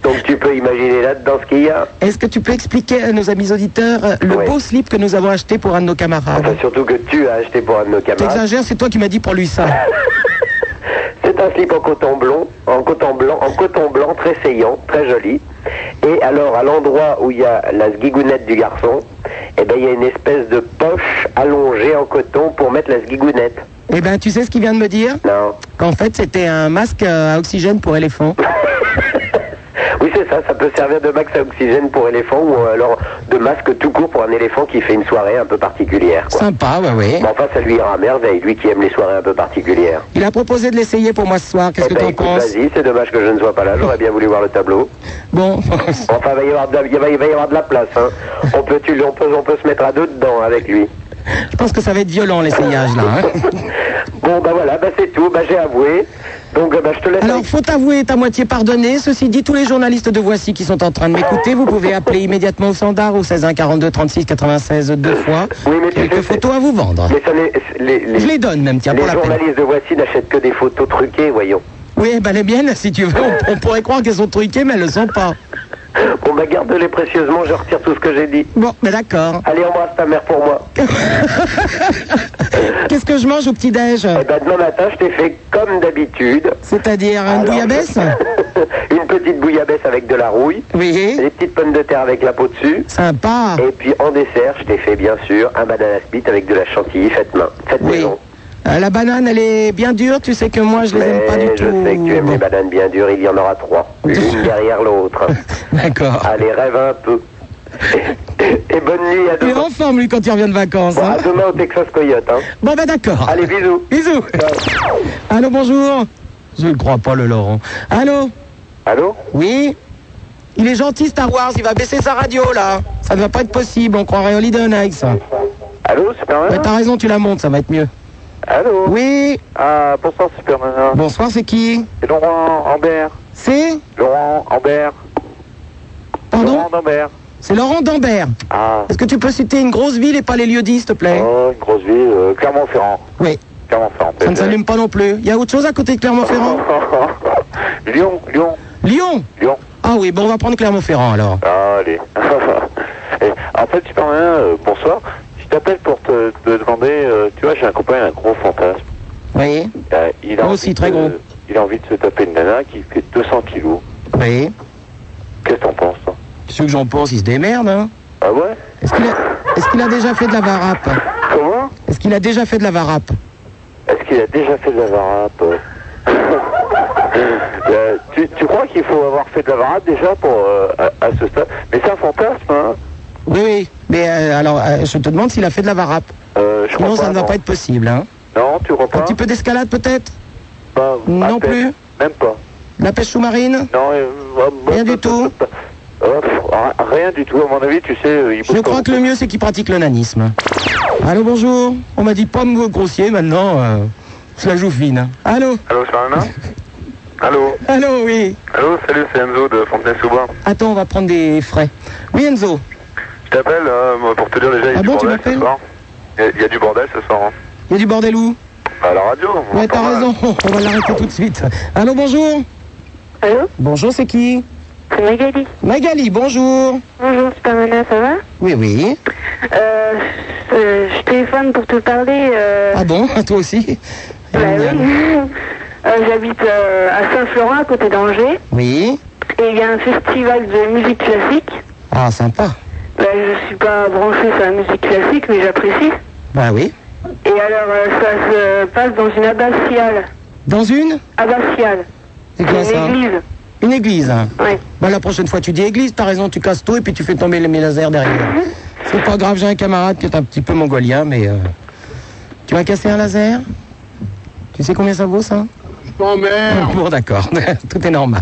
Donc tu peux imaginer là-dedans ce qu'il y a. Est-ce que tu peux expliquer à nos amis auditeurs euh, le Ouais. beau slip que nous avons acheté pour un de nos camarades Enfin, surtout que tu as acheté pour un de nos camarades. T'exagères, c'est toi qui m'as dit pour lui ça. C'est un slip en coton blanc, en coton blanc, en coton blanc très saillant, très joli. Et alors à l'endroit où il y a la sguigounette du garçon, eh ben il y a une espèce de poche allongée en coton pour mettre la sguigounette. Eh ben, tu sais ce qu'il vient de me dire Non. Qu'en fait, c'était un masque euh, à oxygène pour éléphant. Oui, c'est ça, ça peut servir de max à oxygène pour éléphant ou alors de masque tout court pour un éléphant qui fait une soirée un peu particulière. Quoi. Sympa, ouais, ouais. Mais enfin, ça lui ira à merveille, lui qui aime les soirées un peu particulières. Il a proposé de l'essayer pour moi ce soir. Qu'est-ce Eh que ben, t'en écoute, penses vas-y, c'est dommage que je ne sois pas là, j'aurais bien voulu voir le tableau. Bon, Enfin, il va y avoir de la, il va- il va y avoir de la place. Hein. On, peut, tu- on, peut, on peut se mettre à deux dedans avec lui. je pense que ça va être violent l'essayage là. hein. Bon, ben voilà, ben, c'est tout, ben, j'ai avoué. Donc, ben, je te laisse. Alors, avec- faut avouer est à moitié pardonné. Ceci dit, tous les journalistes de Voici qui sont en train de m'écouter, vous pouvez appeler immédiatement au standard au 16 1 42 36 96 deux fois. Oui, mais tu Quelques sais, photos à vous vendre. Mais ça, les, les, les- Je les donne même, tiens, pour les la peine. journalistes de Voici n'achètent que des photos truquées, voyons. Oui, bah les miennes, si tu veux, on, on pourrait croire qu'elles sont truquées, mais elles le sont pas. Bon, ben, garde-les précieusement, je retire tout ce que j'ai dit. Bon, ben d'accord. Allez, embrasse ta mère pour moi. Qu'est-ce que je mange au petit-déj Eh ben, demain matin, je t'ai fait comme d'habitude. C'est-à-dire une Alors, euh, bouillabaisse Une petite bouillabaisse avec de la rouille, Oui, des petites pommes de terre avec la peau dessus. sympa. Et puis en dessert, je t'ai fait bien sûr un banana split avec de la chantilly faite main, faite Oui. maison. Euh, la banane, elle est bien dure, tu sais que moi, je les aime pas du Mais Euh, je tout. sais que tu aimes les bananes bien dures, il y en aura trois, l'une derrière l'autre. D'accord. Allez, rêve un peu. Et bonne nuit à Il est demain. en forme, lui, quand il revient de vacances. Bon, hein. à demain au Texas Coyote. hein. Bon, ben d'accord. Allez, bisous. Bisous. Ciao. Allô, bonjour. Je ne crois pas, le Laurent. Allô Allô Oui Il est gentil, Star Wars, il va baisser sa radio, là. Ça ne va pas être possible, on croirait Holiday on Ice. Allô, Super Mais Nana t'as raison, tu la montes, ça va être mieux. Allô Oui Ah, bonsoir Super Nana. Bonsoir, c'est qui C'est Laurent Ambert. C'est Laurent Ambert. Pardon Laurent Ambert. C'est Laurent Dambert. Ah. Est-ce que tu peux citer une grosse ville et pas les lieux dits, s'il te plaît Oh, une grosse ville. euh, Clermont-Ferrand. Oui, Clermont-Ferrand. ça ne s'allume pas non plus. Il y a autre chose à côté de Clermont-Ferrand Lyon, Lyon, Euh, Lyon Lyon. Ah oui, bon, on va prendre Clermont-Ferrand, alors. Allez. Eh, en fait, Super Nana, euh, bonsoir. Je t'appelle pour te, te demander. euh, tu vois, j'ai un copain, un gros fantasme. Oui Euh, il a Moi envie aussi, très de- gros. Il a envie de se taper une nana qui fait 200 kilos. Oui Qu'est-ce que t'en penses toi Ceux que j'en pense, ils se démerdent, hein. Ah ouais Est-ce qu'il a, est-ce qu'il a déjà fait de la varap Est-ce qu'il a déjà fait de la varap Est-ce qu'il a déjà fait de la varap Euh, tu, tu crois qu'il faut avoir fait de la varap déjà pour euh, à, à ce stade Mais c'est un fantasme, hein Oui, oui. Mais euh, alors, euh, je te demande s'il a fait de la varap. Euh, je crois Sinon, ça pas, ne va non. pas être possible. Hein. Non, tu crois Un pas petit peu d'escalade, peut-être Pas- à Non peine. plus Même pas. La pêche sous-marine Non, euh, bah, bah, Rien du tout euh, ah, pff, rien du tout, à mon avis, tu sais, euh, il Je crois que le mieux, c'est qu'il pratique le nanisme. Allô, bonjour. On m'a dit pas de mots grossiers, maintenant, euh, je la joue fine. hein. Allô Allô, Superman Allô Allô, oui. Allô, salut, c'est Enzo de Fontenay-sous-Bois. Attends, on va prendre des frais. Oui, Enzo Je t'appelle euh, pour te dire déjà, il y a Ah du bon, tu bordel ce m'appelles soir. Il y a- il y, a du bordel ce soir. hein. Il y a du bordel où Bah, À la radio on Ouais, entend t'as mal. raison, on va l'arrêter tout de suite. Allô, bonjour Allô Bonjour, c'est qui C'est Magali. Magali, bonjour Bonjour, Supermana, ça va Oui, oui. euh, euh, Je téléphone pour te parler. euh, Ah bon Toi aussi Ah, bah oui. Euh, J'habite euh, à Saint-Florent, à côté d'Angers. Oui. Et il y a un festival de musique classique. Ah, sympa. Bah, je suis pas branchée sur la musique classique, mais j'apprécie. Bah oui. Et alors, euh, ça se passe dans une abbatiale. Dans une Abbatiale. C'est quoi une ça église. Une église Oui. Bah la prochaine fois, tu dis église, t'as raison, tu casses tout et puis tu fais tomber les mes lasers derrière. C'est pas grave, j'ai un camarade qui est un petit peu mongolien, mais... euh, Tu vas casser un laser Tu sais combien ça vaut, ça Bon, d'accord, tout est normal.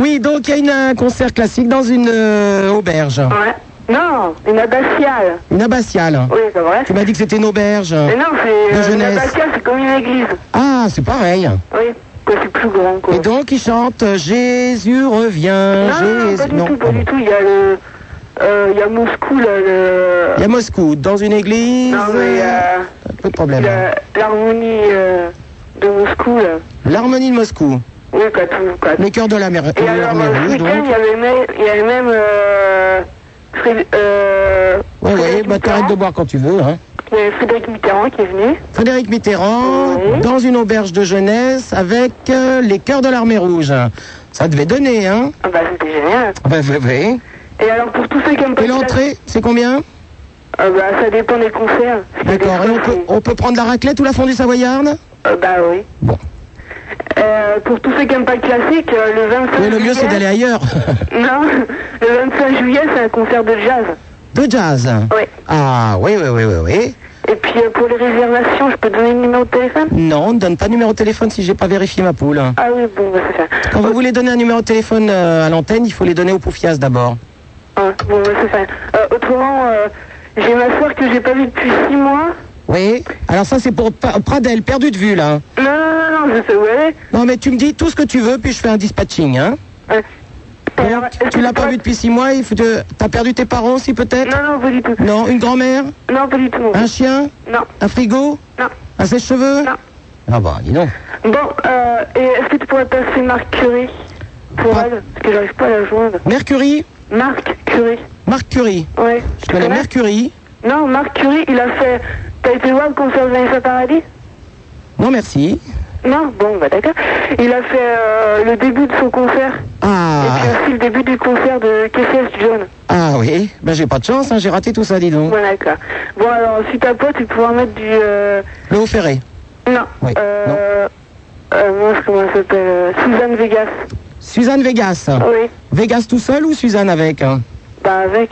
oui, donc il y a une- un concert classique dans une euh, auberge. Ouais. Non, une abbatiale. Une abbatiale. Oui, c'est vrai. Tu m'as dit que c'était une auberge. Mais non, c'est De euh, une Ah. jeunesse. abbatiale, c'est comme une église. Ah, c'est pareil. Oui, quoi, c'est plus grand, quoi. Et donc euh, ils chantent euh, Jésus revient. non, non, Jésus. pas du tout, pas du tout. Il y a le... euh, Il y a Moscou, là, le... Il y a Moscou, dans une église. Non, mais euh, Pas de problème. la- l'harmonie euh, de Moscou, là. L'harmonie de Moscou. Oui, quoi, tout, quoi. Les chœurs de la mer. Et alors, l'harmonie euh, rouge, ce week-end, donc. il y avait même... Il y avait même euh, Fré- euh, Ouais, ouais, Frédéric bah t'arrêtes de boire quand tu veux. Hein. Mitterrand- il y avait Frédéric Mitterrand qui est venu. Frédéric Mitterrand, Oui. dans une auberge de jeunesse, avec euh, les chœurs de l'armée rouge. Ça devait donner, hein Ah bah, c'était génial. Bah, oui, oui. Et alors, pour tous ceux qui aiment pas Et le l'entrée, c'est combien Euh, bah, ça dépend des concerts. D'accord, et on peut, on peut prendre la raclette ou la fondue savoyarde Euh, bah oui. Bon. Euh, pour tous ceux qui n'aiment pas le classique, euh, le 25 Mais le mieux, juillet... c'est d'aller ailleurs. Non, le 25 juillet, c'est un concert de jazz. De jazz Oui. Ah, oui, oui, oui, oui, oui. Et puis, euh, pour les réservations, je peux donner le numéro de téléphone Non, on ne donne pas de numéro de téléphone si j'ai pas vérifié ma poule. hein. Ah oui, bon, bah, c'est ça. Quand vous voulez donner un numéro de téléphone euh, à l'antenne, il faut les donner au poufias d'abord. Ah, bon, bah, c'est ça. Euh, autrement, euh, j'ai ma soeur que j'ai pas vue depuis 6 mois. Oui Alors ça, c'est pour Pa- Pradel, perdu de vue, là. Non, non, non, non, je sais où elle est. Non, mais tu me dis tout ce que tu veux, puis je fais un dispatching, hein Ouais. Alors, euh, Donc, est-ce tu que l'as pas toi- vu depuis six mois, il faut te- t'as perdu tes parents aussi peut-être Non, non, pas du tout. Non, Hein une grand-mère Non, pas du tout. Un chien Non, Un frigo non. Un sèche-cheveux Non. Ah bah, dis donc. Bon, euh, et est-ce que tu pourrais passer Marc Curie pour elle Parce que j'arrive pas à la joindre. Mercury Marc Curie, Marc Curie. ouais. Je connais Mercury. Non, Marc Curie, il a fait. T'as été voir le concert de Vanessa Paradis Non, merci. Non, bon, bah d'accord. Il a fait euh, le début de son concert. Et puis Ah, aussi le début du concert de KCS John. ah oui. Ben j'ai pas de chance, hein, j'ai raté tout ça, dis donc. Bon, d'accord. Bon, alors, si t'as pas, tu pourras mettre du. euh, Le haut ferré. Non. Oui, Euh. euh, mince, comment elle s'appelle euh, Suzanne Vegas. Suzanne Vegas. Oui. Vegas tout seul ou Suzanne avec hein Bah, avec.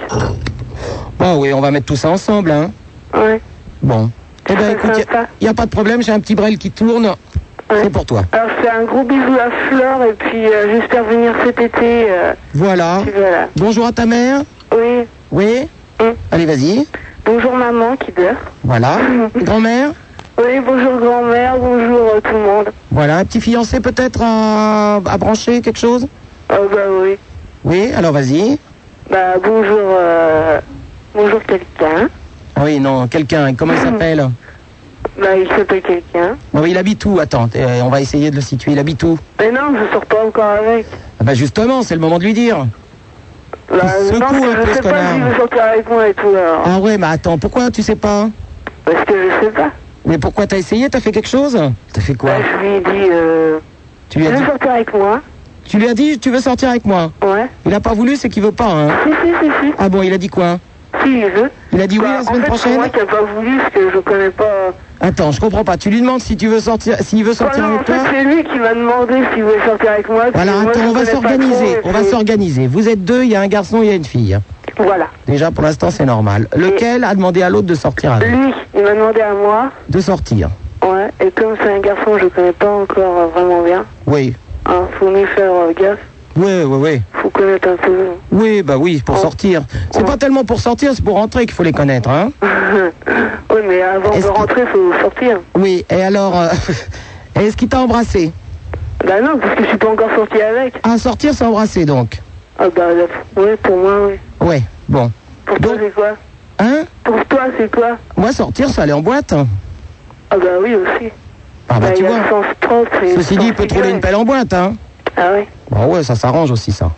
Bon, oui, on va mettre tout ça ensemble, hein. Ouais. Bon. Eh ben C'est écoute, sympa. il n'y a, pas de problème, j'ai un petit brel qui tourne. C'est pour toi. Alors, c'est un gros bisou à Flore et puis euh, j'espère venir cet été. euh, Voilà. puis voilà. Bonjour à ta mère. Oui. Oui. Mm. Allez, vas-y. Bonjour maman qui dort. Voilà. Grand-mère. Oui, bonjour grand-mère, bonjour euh, tout le monde. Voilà. Un petit fiancé peut-être à, à brancher quelque chose Oh bah oui. Oui, alors vas-y. Bah bonjour euh, bonjour quelqu'un. Ah Oui, non, quelqu'un. Comment il s'appelle Bah il s'appelle quelqu'un. Bon, il habite où Attends, euh, on va essayer de le situer. Il habite où Mais non, je sors pas encore avec. Ah Bah justement, c'est le moment de lui dire. Bah Il secoue non, un peu je ce sais pas connard. s'il veut sortir avec moi et tout alors. Ah ouais, mais attends, pourquoi tu sais pas Parce que je sais pas. Mais pourquoi t'as essayé T'as fait quelque chose T'as fait quoi Bah, je lui ai dit euh, Tu lui je as dit veux sortir avec moi. Tu lui as dit tu veux sortir avec moi Ouais. Il a pas voulu, c'est qu'il veut pas. Hein. Si si si si. Ah bon, il a dit quoi Si il veut. Il Il a dit oui la semaine prochaine Bah, moi qui a pas voulu parce que je connais pas. Attends, je comprends pas. Tu lui demandes si tu veux sortir, s'il veut sortir Bah non, en avec toi fait, c'est lui qui m'a demandé s'il voulait sortir avec moi. parce Voilà, que moi, attends, je on va connais pas s'organiser. trop, et On va puis- s'organiser. Vous êtes deux, il y a un garçon, il y a une fille. Voilà. Déjà, pour l'instant, c'est normal. Lequel a demandé à l'autre de sortir avec Lui, il m'a demandé à moi. De sortir. Ouais. Et comme c'est un garçon que je connais pas encore euh, vraiment bien, Oui. hein, faut mieux faire euh, gaffe. Oui, oui, oui. Faut connaître un peu. Oui, bah oui, Oh. pour sortir. C'est pas tellement pour sortir, c'est pour rentrer qu'il faut les connaître, hein oui, mais avant de rentrer, faut sortir. Oui, et alors, euh, est-ce qu'il t'a embrassé Bah non, parce que je suis pas encore sorti avec. Ah, sortir, c'est embrasser, donc. Ah bah, là, ouais, pour moi, oui. Ouais, bon. Pour toi, c'est quoi Hein Pour toi, c'est quoi Moi, sortir, c'est aller en boîte. Ah bah oui, aussi. Ah bah, Bah, tu il y a vois. le sens propre et le Ceci dit, il peut sens trouver figuré. une pelle en boîte, hein Ah ouais. Bah ouais, ça s'arrange aussi, ça.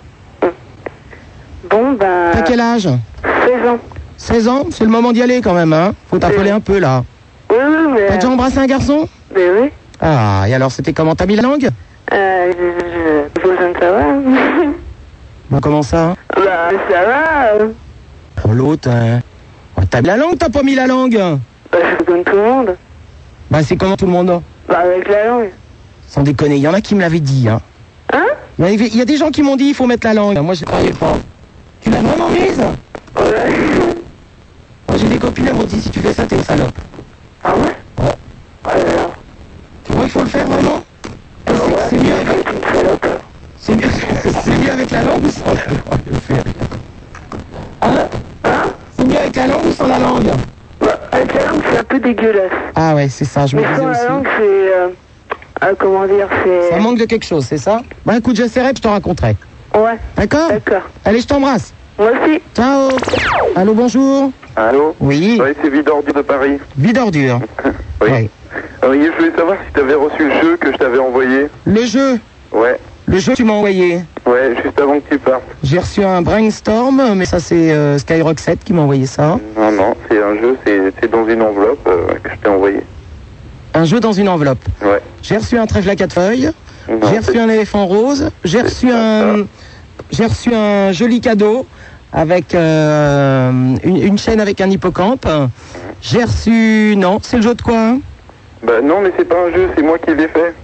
Bon, bah... T'as quel âge 16 ans. 16 ans C'est le moment d'y aller, quand même, hein Faut t'affoler un peu, là. Oui, oui, mais... T'as déjà embrassé un garçon Mais oui. Ah, et alors, c'était comment T'as mis la langue Euh, je- je- besoin de savoir. Bah, comment ça bah, ça va. euh. Oh, L'autre, hein. Oh, T'as mis la langue, t'as pas mis la langue Bah, je suis comme tout le monde. Bah, c'est comment tout le monde Bah, avec la langue. Sans déconner, il y en a qui me l'avaient dit, hein. Hein Il y avait- il y a des gens qui m'ont dit il faut mettre la langue. Euh, Moi, je croyais pas. Tu l'as vraiment mise Euh, Moi, J'ai des copines, elles m'ont dit si tu fais ça, t'es une salope. Ah ouais Tu vois, il faut le faire vraiment C'est mieux avec. C'est mieux, c'est mieux avec la langue ou sans la langue Je fais rien. Hein C'est mieux avec la langue ou sans la langue Avec la langue, c'est un peu dégueulasse. Ah ouais, c'est ça, je me Mais disais sans la aussi. langue, c'est... euh, ah, comment dire, c'est... Ça manque de quelque chose, c'est ça Bah écoute, j'essaierai, puis je te raconterai. Ouais. D'accord D'accord. Allez, je t'embrasse. Moi aussi. Ciao. Allô, bonjour. Allô Oui. Oui, c'est Vidordu de Paris. Vidordure. Oui. Euh, je voulais savoir si tu avais reçu le jeu que je t'avais envoyé. Le jeu, Ouais, le jeu que tu m'as envoyé. ouais, juste avant que tu partes. J'ai reçu un brainstorm, mais ça c'est euh, Skyrock 7 qui m'a envoyé ça. Non, non, c'est un jeu, c'est c'est dans une enveloppe euh, que je t'ai envoyé. Un jeu dans une enveloppe. Ouais. J'ai reçu un trèfle à quatre feuilles. Non, J'ai reçu un éléphant rose. J'ai reçu un, j'ai reçu un joli cadeau avec euh, une, une chaîne avec un hippocampe. J'ai reçu, non, c'est le jeu de quoi hein Bah non, mais c'est pas un jeu, c'est moi qui l'ai fait.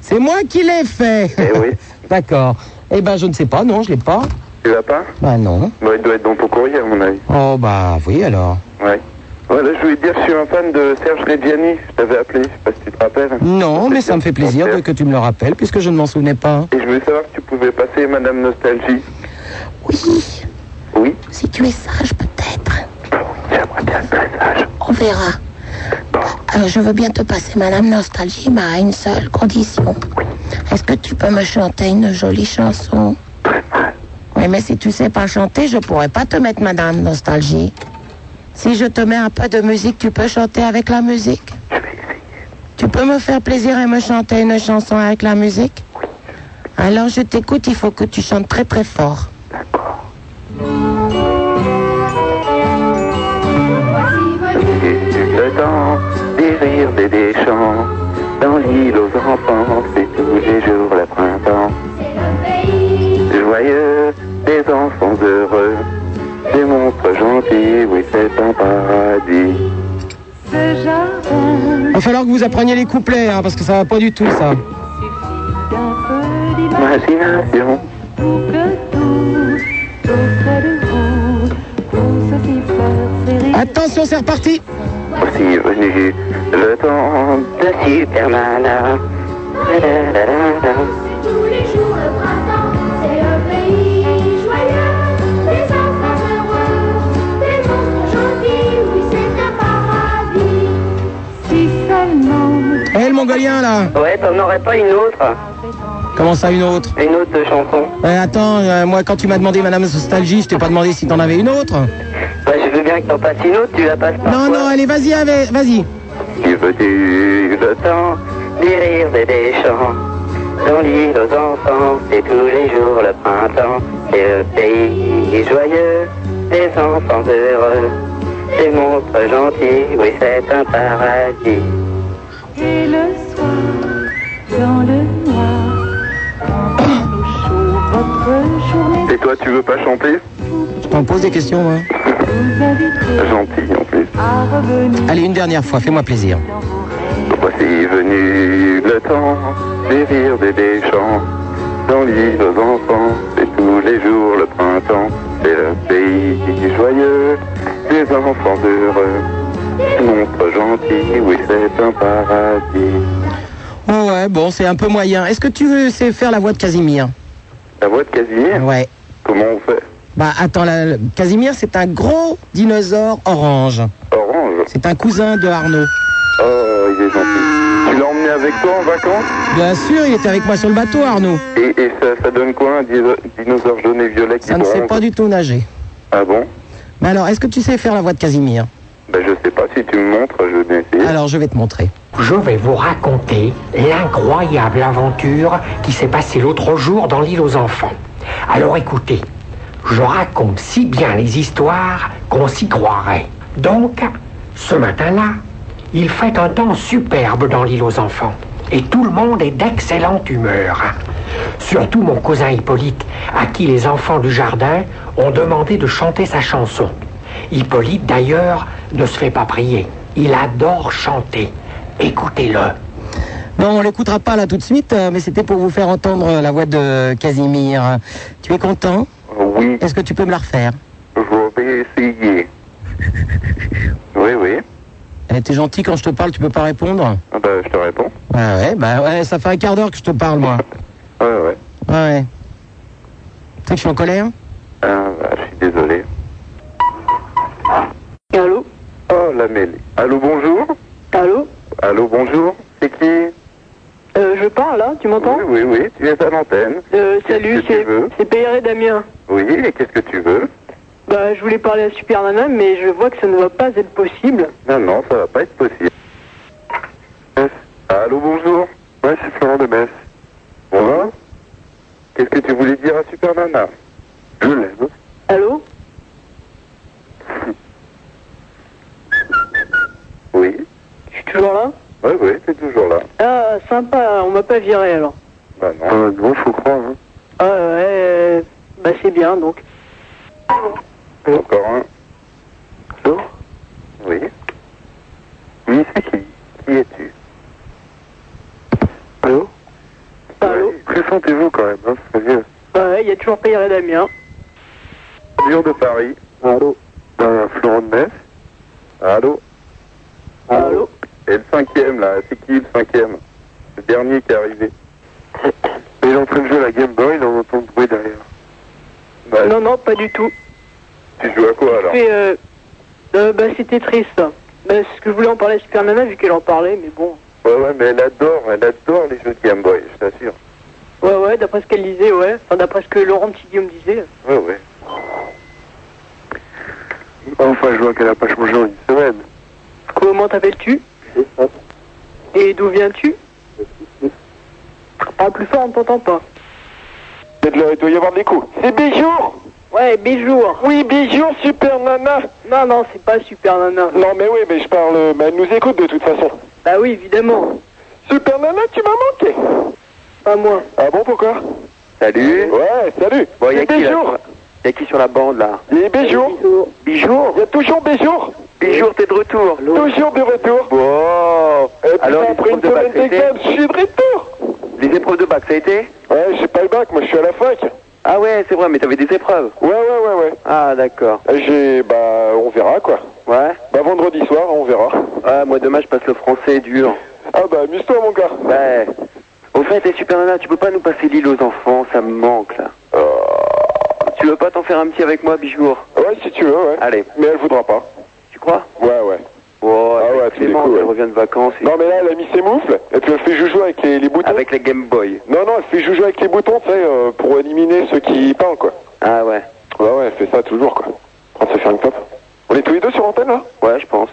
C'est moi qui l'ai fait. Eh D'accord. Eh ben je ne sais pas, non, je l'ai pas. Tu l'as pas Bah non. Bah il doit être dans ton courrier à mon avis. Oh bah oui alors. Ouais. Voilà, je voulais te dire, je suis un fan de Serge Reggiani. Je t'avais appelé, je sais pas si tu te rappelles. Non, mais ça me fait plaisir de- que tu me le rappelles puisque je ne m'en souvenais pas. Et je voulais savoir si tu pouvais passer Madame Nostalgie. Oui. Oui. Si tu es sage, peut-être. J'aimerais bien être très sage. On verra. Euh, je veux bien te passer Madame Nostalgie, mais à une seule condition. Est-ce que tu peux me chanter une jolie chanson Oui, mais si tu sais pas chanter, je pourrais pas te mettre Madame Nostalgie. Si je te mets un peu de musique, tu peux chanter avec la musique Tu peux me faire plaisir et me chanter une chanson avec la musique Alors je t'écoute, il faut que tu chantes très très fort. Le temps des rires et des chants, dans l'île aux enfants, c'est tous les jours le printemps. Joyeux, des enfants heureux, des monstres gentils, oui c'est un paradis. Il va falloir que vous appreniez les couplets, hein, parce que ça va pas du tout ça. Imagination, Attention, c'est reparti. aussi venu le temps de Superman. Eh le mongolien là Ouais, t'en aurais pas une autre Comment ça, une autre Une autre de chanson Eh, Attends, euh, moi quand tu m'as demandé Madame Nostalgie, je t'ai pas demandé si t'en avais une autre. Bah, je veux bien que t'en passes une autre, tu la passes pas. Non, non, allez, vas-y, allez, vas-y. Tu veux-tu le temps Des rires et des chants, dans l'île aux enfants, c'est tous les jours le printemps. C'est le pays joyeux, des enfants heureux, des monstres gentils, oui, c'est un paradis. Et le soir, dans le noir, quand au chaud votre journée Et toi, tu veux pas chanter Je t'en pose des questions, hein. moi. vous inviter Gentil en plus. à revenir Allez, une dernière fois, fais-moi plaisir. Voici venu le temps des rires des déchants, dans l'île aux enfants, c'est tous les jours le printemps, c'est le pays joyeux, des enfants heureux, montre gentil, oui c'est un paradis. Oh ouais, bon, c'est un peu moyen. Est-ce que tu veux sais faire la voix de Casimir La voix de Casimir Ouais. Comment on fait Bah attends, la- le- Casimir, c'est un gros dinosaure orange. Orange C'est un cousin de Arnaud. Oh, il est gentil. Tu l'as emmené avec toi en vacances Bien sûr, il était avec moi sur le bateau, Arnaud. Et, et ça, ça donne quoi un dino- dinosaure jaune et violet qui Ça ne sait bronze pas du tout nager. Ah bon Mais alors, est-ce que tu sais faire la voix de Casimir Ben je sais pas, si tu me montres, je vais bien essayer. Alors, je vais te montrer. Je vais vous raconter l'incroyable aventure qui s'est passée l'autre jour dans l'île aux enfants. Alors écoutez, je raconte si bien les histoires qu'on s'y croirait. Donc, ce matin-là, il fait un temps superbe dans l'île aux enfants. Et tout le monde est d'excellente humeur. Surtout mon cousin Hippolyte, à qui les enfants du jardin ont demandé de chanter sa chanson. Hippolyte, d'ailleurs, ne se fait pas prier. Il adore chanter. Écoutez-le. Non, on l'écoutera pas là tout de suite, euh, mais c'était pour vous faire entendre euh, la voix de Casimir. Tu es content Oui. Est-ce que tu peux me la refaire Je vais essayer. Oui, oui. Eh, T'es gentil quand je te parle, tu peux pas répondre Ah ben, je te réponds. Ouais, ouais, bah ouais, ça fait un quart d'heure que je te parle, moi. Ouais, ouais. Ouais, ouais. Tu sais que je suis en colère Ah, bah, je suis désolé. Allô Oh, la mêlée. Allô, bonjour Allô Allô, bonjour C'est qui Euh, je parle là, tu m'entends Oui, oui, tu es à l'antenne. Euh, salut, c'est c'est PR et Damien. Oui, et qu'est-ce que tu veux Bah, je voulais parler à Super Nana, mais je vois que ça ne va pas être possible. Non, non, ça va pas être possible. Allô, bonjour Ouais, c'est Florent de Metz. Bonjour. Qu'est-ce que tu voulais dire à Super Nana Je l'aime. Allô Oui. Je suis toujours là Oui, oui, t'es toujours là. Ah, sympa, on m'a pas viré alors. Bah non. bon, faut croire. Hein. Ah, ouais, euh, bah c'est bien donc. Encore un. Bonjour. Oui. Oui, c'est qui Qui es-tu Allô Allô Présentez-vous quand même, hein, sérieux. Bah ouais, il y a toujours PR et Damien. Lyon de Paris. Allô Ben, Florent de Metz. Allô Allô Et le cinquième, là, c'est qui le cinquième Le dernier qui est arrivé. Il est en train de jouer à la Game Boy, là, on entend le bruit derrière. Non, non, pas du tout. Bah, Tu joues à quoi, alors Mais, euh, euh, bah c'était triste. Bah, ce que je voulais en parler à Super Nana, vu qu'elle en parlait, mais bon. Ouais, ouais, mais elle adore, elle adore les jeux de Game Boy, je t'assure. Ouais, ouais, d'après ce qu'elle disait, ouais. Enfin, d'après ce que Laurent Petit Guillaume disait. Ouais, ouais. Enfin, je vois qu'elle a pas changé en une semaine. Comment t'appelles-tu Et d'où viens-tu Parle Ah, plus fort, on ne t'entend pas. Il doit y avoir de l'écho. Euh, C'est Béjour Ouais, Béjour. Oui, Béjour, super nana. Non, non, c'est pas super nana. Non, mais oui, mais je parle. Mais elle nous écoute de toute façon. Bah oui, évidemment. Super Bah, nana, tu m'as manqué. Pas moi. Ah bon, pourquoi Salut. Ouais, salut. Bon, y a C'est qui, là Béjour. Y a qui sur la bande là Il est Béjour. Bijour Il y a toujours Béjour. Bijour, t'es de retour. Toujours de retour. Bon. Et puis Alors, les après épreuves une de bac, semaine ça a été d'examen, je suis de retour. Les épreuves de bac, ça a été Ouais, j'ai pas le bac, moi je suis à la fac. Ah ouais, c'est vrai, mais t'avais des épreuves. Ouais, ouais, ouais, ouais. Ah d'accord. J'ai. Bah, on verra quoi. Ouais. Bah, vendredi soir, on verra. Ah, moi demain, je passe le français dur. Ah, bah, amuse-toi, mon gars. Ouais. Au fait, les super nana, tu peux pas nous passer l'île aux enfants, ça me manque là. Euh. Tu veux pas t'en faire un petit avec moi, Bijour Ouais, si tu veux, ouais. Allez. Mais elle voudra pas. Tu crois Ouais, ouais. Oh, ah ouais, à tous les Clément, coups, ouais. elle revient de vacances. et- Non, mais là, elle a mis ses moufles, et puis elle fait joujou avec les, les boutons. Avec les Game Boy. Non, non, elle fait joujou avec les boutons, tu sais, euh, pour éliminer ceux qui parlent, quoi. Bah Ah ouais. Ouais, ouais, elle fait ça toujours, quoi. On se faire une pop. On est tous les deux sur l'antenne, là Ouais, je pense.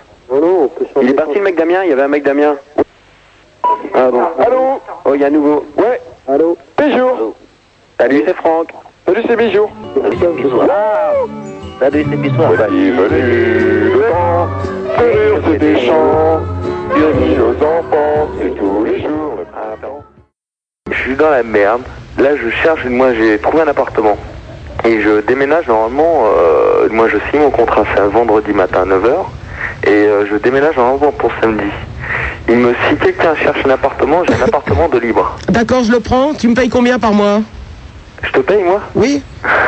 Il est parti le mec Damien Il y avait un mec Damien Ah bon Allô Oh, il y a un nouveau. Ouais. Allô Bijour Salut, c'est Franck. Salut, c'est Bijour. Salut, c'est Bijour. Salut, c'est Bijour. Voici venu le temps, le rire c'est des chants, bienvenue aux enfants, c'est tous les jours le printemps. Je suis dans la merde. Là, je cherche. Moi, j'ai trouvé un appartement. Et je déménage normalement, euh, moi je signe mon contrat, c'est un vendredi matin à 9h. Et euh, je déménage normalement pour samedi. Il me, si quelqu'un cherche un appartement, j'ai un appartement de libre. D'accord, je le prends. Tu me payes combien par mois Je te paye moi Oui.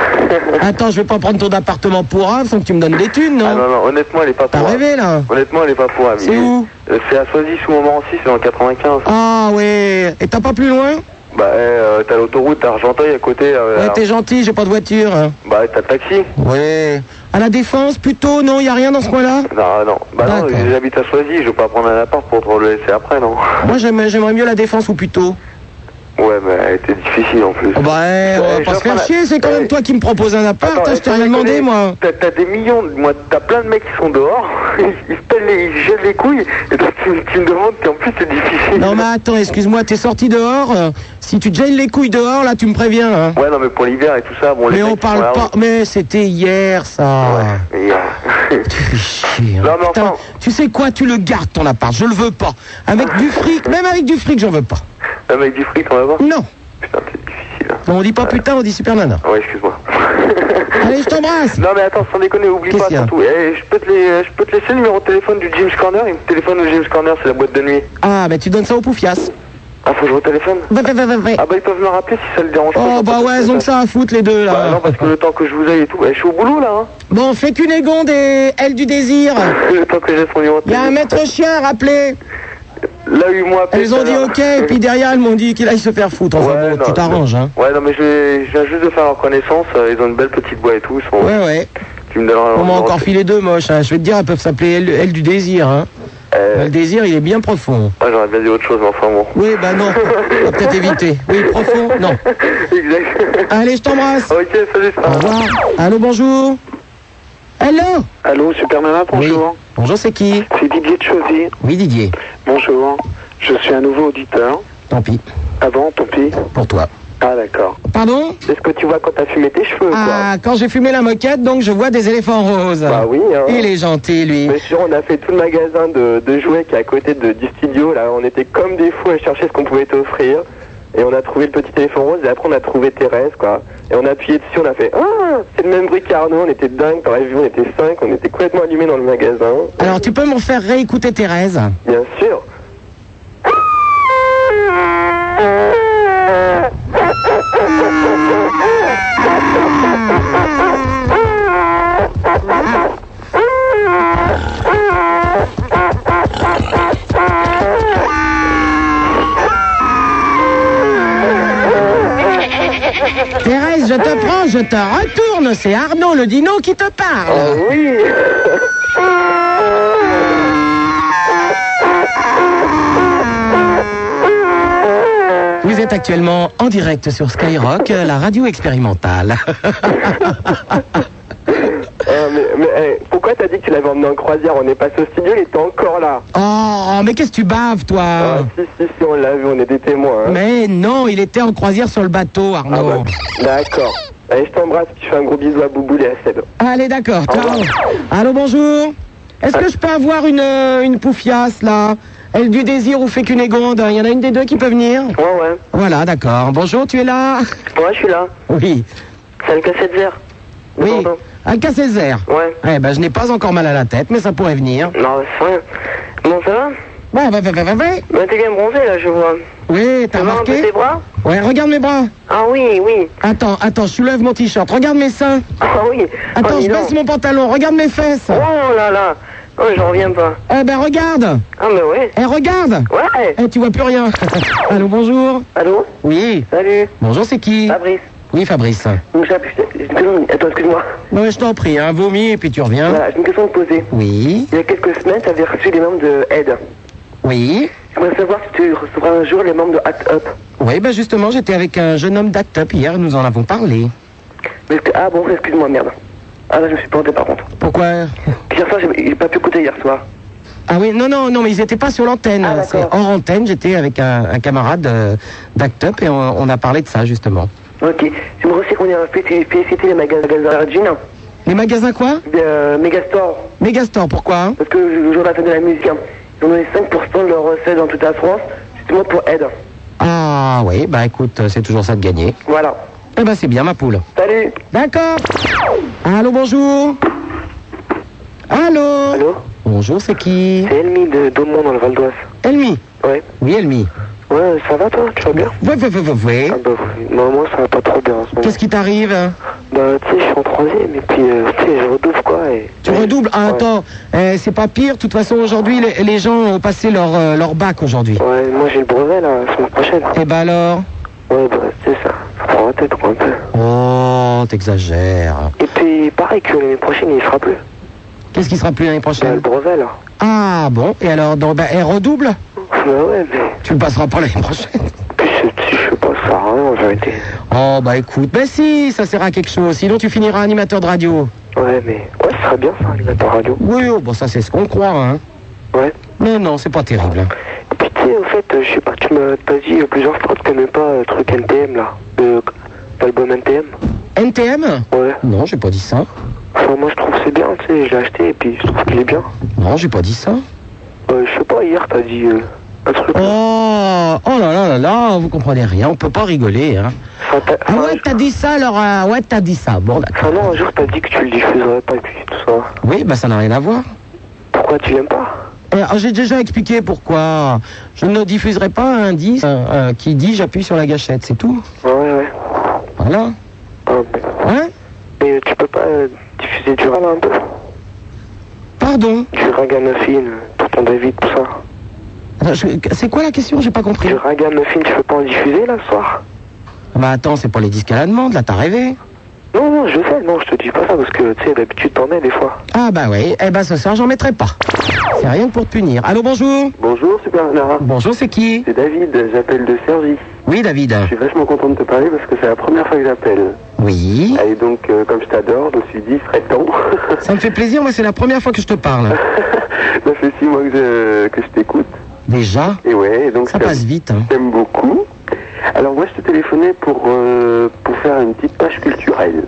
Attends, je vais pas prendre ton appartement pour un, faut que tu me donnes des thunes, non Ah non, non, honnêtement elle est pas pour. T'as un. rêvé, là Honnêtement elle est pas pour. un, bah, C'est mais- où Euh, C'est à Soisy sous Montmorency, c'est dans le 95. Ah ouais. Et t'as pas plus loin Bah euh, t'as l'autoroute t'as Argenteuil à côté. euh, Ouais, alors- t'es gentil, j'ai pas de voiture. Bah t'as le taxi Ouais. À la défense, plutôt, non, y a rien dans ce coin-là Non, non. Bah non, j'habite à Soisy, je veux pas prendre un appart pour te le laisser après, non Moi, j'aime- j'aimerais mieux la défense ou plutôt. Ouais, mais elle était difficile en plus. Bah, ouais, on va Eh, pas se Jean-Paul, faire chier, c'est quand même toi qui me propose un appart, hein, je t'ai rien demandé, moi. T'as t'as des millions, de- moi, t'as plein de mecs qui sont dehors, ils, ils se pèlent les, ils se jettent les couilles, et toi tu, tu me demandes, puis en plus c'est difficile. Non, mais attends, excuse-moi, t'es sorti dehors. euh, si tu te gèles les couilles dehors, là, tu me préviens. hein. Ouais, non, mais pour l'hiver et tout ça, bon, les mais mecs on qui sont parle là, pas. Mais c'était hier, ça. et, euh, Non, mais hein. tu sais quoi, tu le gardes ton appart, je le veux pas. Avec du fric, même avec du fric, j'en veux pas. Même avec du fric, on va voir Non. Non, on dit pas putain, on dit super nana. hein. Ouais, excuse-moi. Allez, je t'embrasse. Non, mais attends, sans déconner, oublie pas surtout. Eh, je, peux te les- je peux te laisser le numéro de téléphone du James Corner, il me téléphone au James Corner, c'est la boîte de nuit. Ah, bah tu donnes ça au poufias. Ah, faut que je retéléphone Ah, bah ils peuvent me rappeler si ça le dérange pas. Oh, bah ouais, ils ont que ça à foutre, les deux, là. Bah non, parce que le temps que je vous aille et tout, eh, je suis au boulot là. hein. Bon, fais qu'une égonde et elle du désir. Le temps que j'ai son numéro de Il y a un téléphone. maître chien à rappeler. Là, ils m'ont appelé. Elles ont dit ok, et puis derrière, elles m'ont dit qu'il aille se faire foutre. Enfin bon, tu t'arranges, hein. Ouais, non, mais je, je viens juste de faire leur connaissance, euh, ils ont une belle petite boîte et tout. ils sont- Ouais, ouais. Tu me donneras On leur m'a numéro de encore filé deux moches, hein. Je vais te dire, elles peuvent s'appeler elle, elle du désir, hein. Le désir, il est bien profond. Ah, Eh, j'aurais bien dit autre chose, mais enfin bon. Oui, bah non, on va peut-être éviter. Oui, profond, non. Exact. Allez, je t'embrasse. Ok, salut. Au revoir. Allô, bonjour. Allô Allô, Super Nana, bonjour. Bonjour, c'est qui C'est Didier de Chauzy. Oui, Didier. Bonjour. Je suis un nouveau auditeur. Tant pis. Ah bon, tant pis Pour toi. Ah, d'accord. Pardon Est-ce que tu vois quand t'as fumé tes cheveux, Ah, quand j'ai fumé la moquette, donc je vois des éléphants roses. Bah oui, hein. Il est gentil, lui. Monsieur, on a fait tout le magasin de, de jouets qui est à côté de- du studio. Là, on était comme des fous à chercher ce qu'on pouvait t'offrir. Et on a trouvé le petit téléphone rose. Et après, on a trouvé Thérèse, quoi. Et on a appuyé dessus, on a fait Ah, c'est le même bruit qu'Arnaud. On était dingue. T'aurais vu, on était cinq. On était complètement allumés dans le magasin. Alors, tu peux me faire réécouter Thérèse Bien sûr. Thérèse, je te prends, je te retourne. C'est Arnaud le dino qui te parle. oui. Vous êtes actuellement en direct sur Skyrock, la radio expérimentale. Euh, mais mais, eh, pourquoi t'as dit que tu l'avais emmené en croisière On est passé au studio, il était encore là. Ah, oh, mais qu'est-ce que tu baves, toi Ah. Si, si, si, on l'a vu, on est des témoins. hein. Ah. Ah, bah, Mais non, il était en croisière sur le bateau, Ah Arnaud. bah, D'accord. Allez, je t'embrasse, je fais un gros bisou à Bouboule et à Seb. Allez, d'accord. Ciao. Allô, bonjour. Est-ce que je peux avoir une, euh, une poufiasse, là Elle du désir ou fait qu'une égonde Il y en a une des deux qui peut venir Ouais, ouais. Voilà, d'accord. Bonjour, tu es là Ouais, je suis là. Oui. C'est le cassette vert. Oui. Alka Césaire. Ouais. Eh ben, je n'ai pas encore mal à la tête, mais ça pourrait venir. Non, c'est rien. Bon, ça va Ouais, ouais, ouais, ouais, ouais, ouais. Bah, t'es bien bronzé là, je vois. Oui, t'as Ça va un peu remarqué tes bras Ouais, regarde mes bras. Ah oui, oui. Attends, attends, je soulève mon t-shirt. Regarde mes seins. Ah oui. Attends, dis je donc. baisse mon pantalon. Regarde mes fesses. Oh là là. Oh, j'en reviens pas. Eh ben, regarde. Ah, mais ouais. Eh, regarde. Ouais. Eh, tu vois plus rien. Allô, bonjour. Allô Oui. Salut. Bonjour, c'est qui Fabrice. Oui, Fabrice. Une chape- j'ai une question- Attends, excuse-moi. Non, mais je t'en prie, hein, vomis et puis tu reviens. Voilà, j'ai une question à te poser. Oui. Il y a quelques semaines, tu avais reçu les membres de Aide. Oui. J'aimerais savoir si tu recevras un jour les membres de Act Up. Oui, ben justement, j'étais avec un jeune homme d'Act Up hier, nous en avons parlé. Mais est-ce que- Ah bon, excuse-moi, merde. Ah là, je me suis planté par contre. Pourquoi Hier soir, j'ai j'ai pas pu écouter hier soir. Ah oui, non, non, non, mais ils n'étaient pas sur l'antenne. C'est hors antenne, j'étais avec un, un camarade euh, d'Act Up et on, on a parlé de ça, justement. Ok, j'aimerais aussi qu'on ait un félicité les magasins de jeans. Les magasins quoi euh, Megastore. Megastore, pourquoi Parce que le jour de la fête de la musique, hein, ils ont donné 5% de leurs recettes dans toute la France, justement pour aide. Ah oui, bah écoute, euh, c'est ben toujours ça de gagner. Voilà. Eh ben c'est bien ma poule. Salut D'accord Allô, bonjour Allô Allô Bonjour, c'est qui C'est Elmi de Daumont dans le Val d'Oise. Elmi Ouais. Oui, Elmi. Ouais, ça va toi Tu vas bien Ouais, ouais, ouais, ouais, ouais. Ah bah oui. Non, moi ça va pas trop bien en ce moment. Qu'est-ce qui t'arrive hein Bah tu sais, je suis en troisième et puis euh, tu sais, je redouble quoi et... Tu redoubles Ah, Attends, eh, c'est pas pire. De toute façon, aujourd'hui, les, les gens ont passé leur, euh, leur bac aujourd'hui. Ouais, moi j'ai le brevet là, la semaine prochaine. Et bah alors Ouais, bah c'est ça. Ça prend la tête quoi un peu. Oh, t'exagères. Et puis pareil que l'année prochaine il sera plus. Qu'est-ce qui sera plus l'année Bah, le prochaine brevet là. Ah bon, et alors, donc, bah, elle redouble Ouais, ouais, mais Tu le passeras pas l'année prochaine. je sais pas, ça sert à rien en vérité. Oh bah écoute, bah si, ça sert à quelque chose. Sinon, tu finiras animateur de radio. Ouais, mais ouais, ce serait bien ça, animateur radio. Oui, oh, bon, ça c'est ce qu'on croit, hein. Ouais. Non, non, c'est pas terrible. Puis tu sais, au fait, euh, je sais pas, tu m'as t'as dit euh, plusieurs fois que t'aimais pas euh, le truc NTM là. Euh, L'album NTM. NTM Ouais. Non, j'ai pas dit ça. Enfin, moi je trouve que c'est bien, tu sais, je l'ai acheté et puis je trouve qu'il est bien. Non, j'ai pas dit ça. Euh, je sais pas, hier t'as dit. euh, Oh, oh là là là là, vous comprenez rien, on peut pas rigoler, hein. Ah ouais, t'as dit ça, alors, euh, ouais, t'as dit ça, bon Enfin, d'accord. non, un jour t'as dit que tu le diffuserais pas et puis tout ça. Oui, bah ça n'a rien à voir. Pourquoi tu l'aimes pas Euh, ah, J'ai déjà expliqué pourquoi. Je ne diffuserai pas un disque euh, euh, qui dit j'appuie sur la gâchette, c'est tout. Ouais, ouais. Ah, Voilà. Hein Mais tu peux pas euh, diffuser du rap un peu Pardon Du ragamuffin, tonton David, tout ça. Attends, Euh, je- C'est quoi la question J'ai pas compris. Du ragamuffin, tu peux pas en diffuser là ce soir Bah attends, c'est pour les disques à la demande, là t'as rêvé. Non, non, je sais, non, je te dis pas ça parce que tu sais, d'habitude t'en mets des fois. Ah bah ouais, eh ben ce soir j'en mettrai pas. C'est rien que pour te punir. Allô, bonjour Bonjour Super Nana. Bonjour, c'est qui C'est David, j'appelle de Sergi. Oui, David. Je suis vachement content de te parler parce que c'est la première fois que j'appelle. Oui. Et donc, euh, comme je t'adore, je me suis dit, il serait temps. Ça me fait plaisir, moi c'est la première fois que je te parle. ça fait six mois que je, que je t'écoute. Déjà Et ouais, et donc Ça passe vite, hein. J'aime beaucoup. Alors moi, je te téléphonais pour, euh, pour faire une petite page culturelle.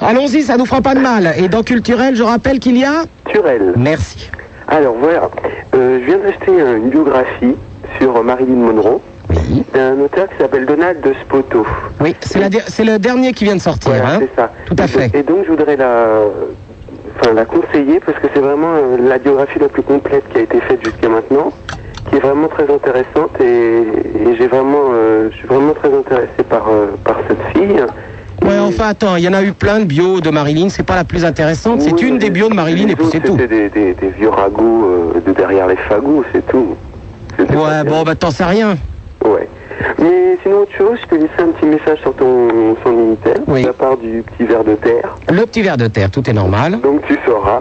Allons-y, ça nous fera pas de mal. Et dans culturel, je rappelle qu'il y a. Culturelle. Merci. Alors voilà, Euh, je viens d'acheter euh, une biographie sur euh, Marilyn Monroe d'un auteur qui s'appelle Donald de Spoto. Oui, c'est la der- c'est le dernier qui vient de sortir. hein. C'est ça. Eh Tout à fait. Et donc je voudrais la, enfin, la conseiller parce que c'est vraiment euh, la biographie la plus complète qui a été faite jusqu'à maintenant, qui est vraiment très intéressante et, et j'ai vraiment, euh, je suis vraiment très intéressé par, euh, par cette fille. Ouais, enfin, attends, il y en a eu plein de bios de Marilyn, c'est pas la plus intéressante, c'est une des bios de Marilyn et puis c'est tout. C'était des, des, des vieux ragots euh, de derrière les fagots, c'est tout. Ouais, bon, bah t'en sais rien. Ouais. Mais sinon autre chose, je te laissais un petit message sur ton son Minitel, Oui. de la part du petit verre de terre. Le petit verre de terre, tout est normal. Donc tu sauras.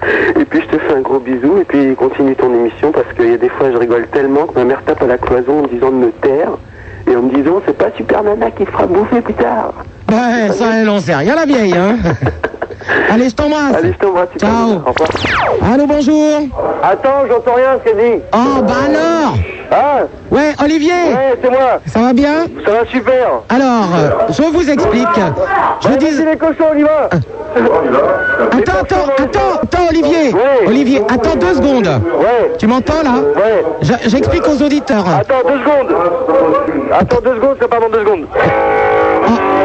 et puis je te fais un gros bisou et puis continue ton émission parce qu'il y a des fois je rigole tellement que ma mère tape à la cloison en me disant de me taire et en me disant c'est pas Super Nana qui te fera bouffer plus tard. Ouais, Bah, ça, elle en sait rien, la vieille, hein. Allez, je t'embrasse. Allez, je t'embrasse. Super Ciao. Nana. Au revoir. Allô, bonjour. Attends, j'entends rien, c'est dit. Oh, bah alors Hein Ah Ouais, Olivier Eh, Ouais, c'est moi. Ça va bien Ça va super. Alors, euh, je vous explique. Je dis... Ah. les cochons, on y va. Attends, attends, attends, attends, Olivier. Olivier, attends deux secondes. Tu m'entends là Je- J'explique aux auditeurs. Attends deux secondes. Attends deux secondes, ça part dans deux secondes.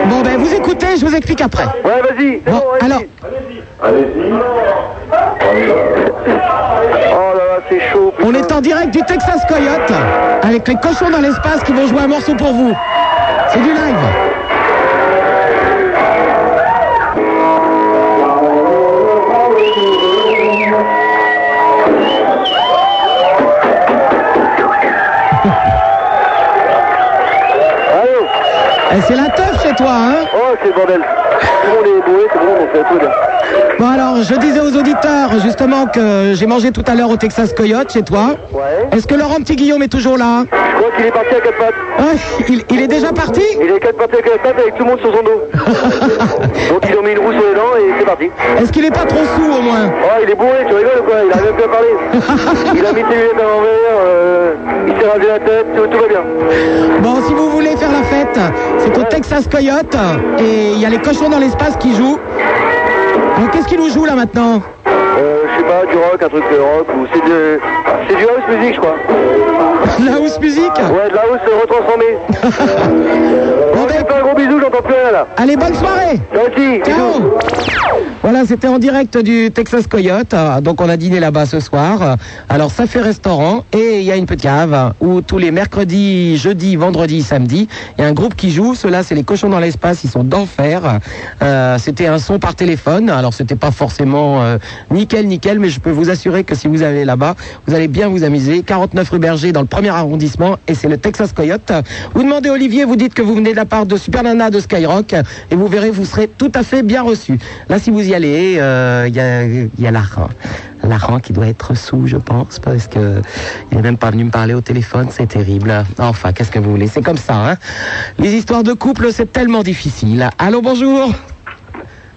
Bon, ben vous écoutez, je vous explique après. Ouais, vas-y. Bon, alors, Oh là là, c'est chaud. putain. on est en direct du Texas Coyote avec les cochons dans l'espace qui vont jouer un morceau pour vous. C'est du live. Eh, C'est la teuf chez toi, hein Oh, c'est le bordel. Tout le monde est bourré, tout le monde on fait tout là. Bon alors, je disais aux auditeurs justement que j'ai mangé tout à l'heure au Texas Coyote chez toi. Est-ce que Laurent Petit Guillaume est toujours là Ah, Je crois qu'il est parti à quatre pattes. il, est déjà parti Il est quatre parti à quatre pattes avec tout le monde sur son dos. Donc ils ont mis une roue sur les dents et c'est parti. Est-ce qu'il est pas trop sous au moins Oh, il est bourré, tu rigoles ou quoi Il a même plus à parler. Il a mis ses lunettes à l'envers, euh, il s'est rasé la tête, tout, tout va bien. Bon, si vous voulez faire la fête, c'est au Texas Coyote et il y a les cochons dans l'espace qui jouent. Alors, Qu'est-ce qu'ils nous jouent là maintenant Euh, je sais pas, du du rock, un truc de rock, ou c'est de... C'est du house music, je crois. La house music Ouais, de la house euh, retransformée. bon, je te fais un gros bisou, j'entends plus rien, là. ben, Allez, bonne soirée Toi aussi, bisous. Voilà, c'était en direct du Texas Coyote. Euh, Donc, on a dîné là-bas ce soir. Euh, Alors, ça fait restaurant et il y a une petite cave euh, où tous les mercredis, jeudis, vendredis, samedis, il y a un groupe qui joue. Ceux-là, c'est les cochons dans l'espace. Ils sont d'enfer. Euh, c'était un son par téléphone. Alors, c'était pas forcément euh, nickel, nickel, mais je peux vous assurer que si vous allez là-bas, vous allez bien vous amuser. 49 rue Berger dans le premier arrondissement et c'est le Texas Coyote. Vous demandez Olivier, vous dites que vous venez de la part de Super Nana de Skyrock et vous verrez, vous serez tout à fait bien reçu. Là, si vous y allez, euh, il y a, il y a Laurent. Laurent qui doit être sous, je pense, parce que il n'est même pas venu me parler au téléphone, c'est terrible. Enfin, qu'est-ce que vous voulez, c'est comme ça. Hein Les histoires de couple, c'est tellement difficile. Allô, bonjour.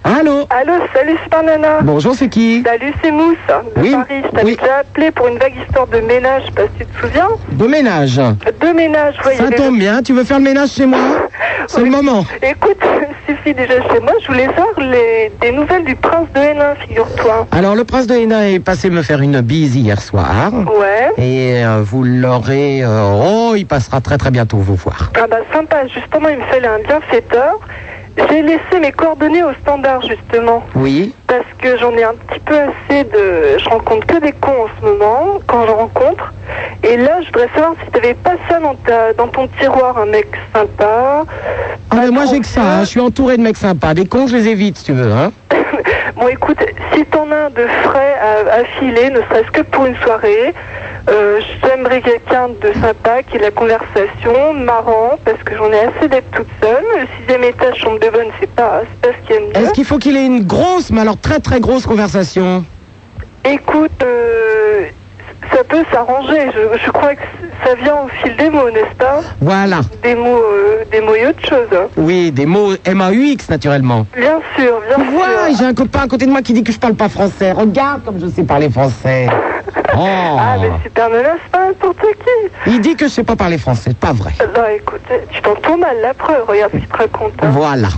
Allô. Allô, salut Super Nana. Bonjour, c'est qui Salut, c'est Mousse de Oui, Paris. Je t'avais oui. déjà appelé pour une vague histoire de ménage, je sais pas si tu te souviens. De ménage. De ménage, oui. Ça tombe bien, tu veux faire le ménage chez moi C'est le moment. Écoute, il suffit déjà chez moi. Je voulais savoir les... des nouvelles du prince de Hénin, figure-toi. Alors, le prince de Hénin est passé me faire une bise hier soir. Ouais. Et euh, vous l'aurez. euh, oh, il passera très très bientôt vous voir. Ah bah sympa, justement, il me fallait un bienfaiteur. J'ai laissé mes coordonnées au standard, justement. Oui. Parce que j'en ai un petit peu assez de. Je rencontre que des cons en ce moment, quand je rencontre. Et là, je voudrais savoir si t'avais pas ça dans, ta... dans ton tiroir, un mec sympa. Ah, mais moi j'ai que ça, hein, je suis entouré de mecs sympas. Des cons, je les évite si tu veux. Hein. Bon, écoute, si t'en as un de frais à, à filer, ne serait-ce que pour une soirée, euh, j'aimerais quelqu'un de sympa, qui ait de la conversation, marrant, parce que j'en ai assez d'être toute seule. Le sixième étage, chambre de bonne, c'est pas, c'est pas ce qu'il y a de mieux. Est-ce qu'il faut qu'il ait une grosse, mais alors très très grosse conversation Écoute, euh, ça peut s'arranger. Je, je crois que ça vient au fil des mots, n'est-ce pas Voilà. Des mots, euh, des mots et autre chose. Oui, des mots MAUX naturellement. Bien sûr, bien sûr. Ouais, j'ai un copain à côté de moi qui dit que je parle pas français. Regarde comme je sais parler français. Oh. Ah, mais super menace, c'est pas n'importe qui. Il dit que je sais pas parler français, pas vrai. Euh, Non, écoute, tu t'entends mal, la preuve. Regarde ce qu'il te raconte. hein. Voilà.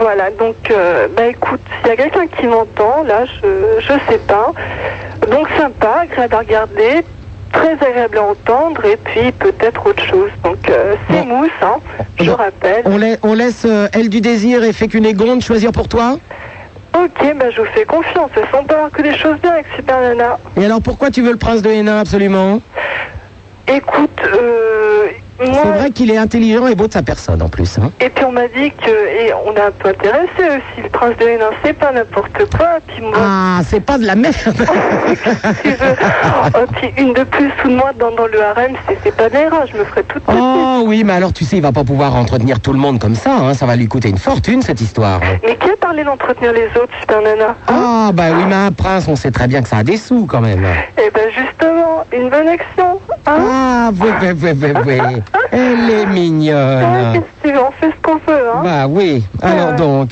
Voilà, donc, euh, bah écoute, s'il y a quelqu'un qui m'entend, là, je, je sais pas. Donc sympa, agréable à regarder, très agréable à entendre, et puis peut-être autre chose. Donc euh, c'est mousse, hein, je rappelle. On, lai- on laisse euh, Elle du désir et Fécunégonde choisir pour toi Ok, bah je vous fais confiance, ça sent pas que des choses bien avec Super Nana. Et alors pourquoi tu veux le prince de Hénin absolument Écoute, euh, moi... C'est vrai qu'il est intelligent et beau de sa personne en plus. hein. Et puis on m'a dit que, et on a un peu intéressé aussi, le prince de Hénin, c'est pas n'importe quoi, puis moi... Ah, c'est pas de la merde. Oh, puis une de plus ou de moins dans, dans le harem, c'est- c'est pas des rats, je me ferais toute petite. oh oui, mais alors tu sais, il va pas pouvoir entretenir tout le monde comme ça. hein. Ça va lui coûter une fortune cette histoire. Mais qui a parlé d'entretenir les autres, super nana Ah bah oui, mais un prince, on sait très bien que ça a des sous quand même. Eh ben justement, une bonne action, hein Ah oui, oui, oui, oui, oui. Elle est mignonne. Si on fait ce qu'on peut, hein Bah oui, alors donc.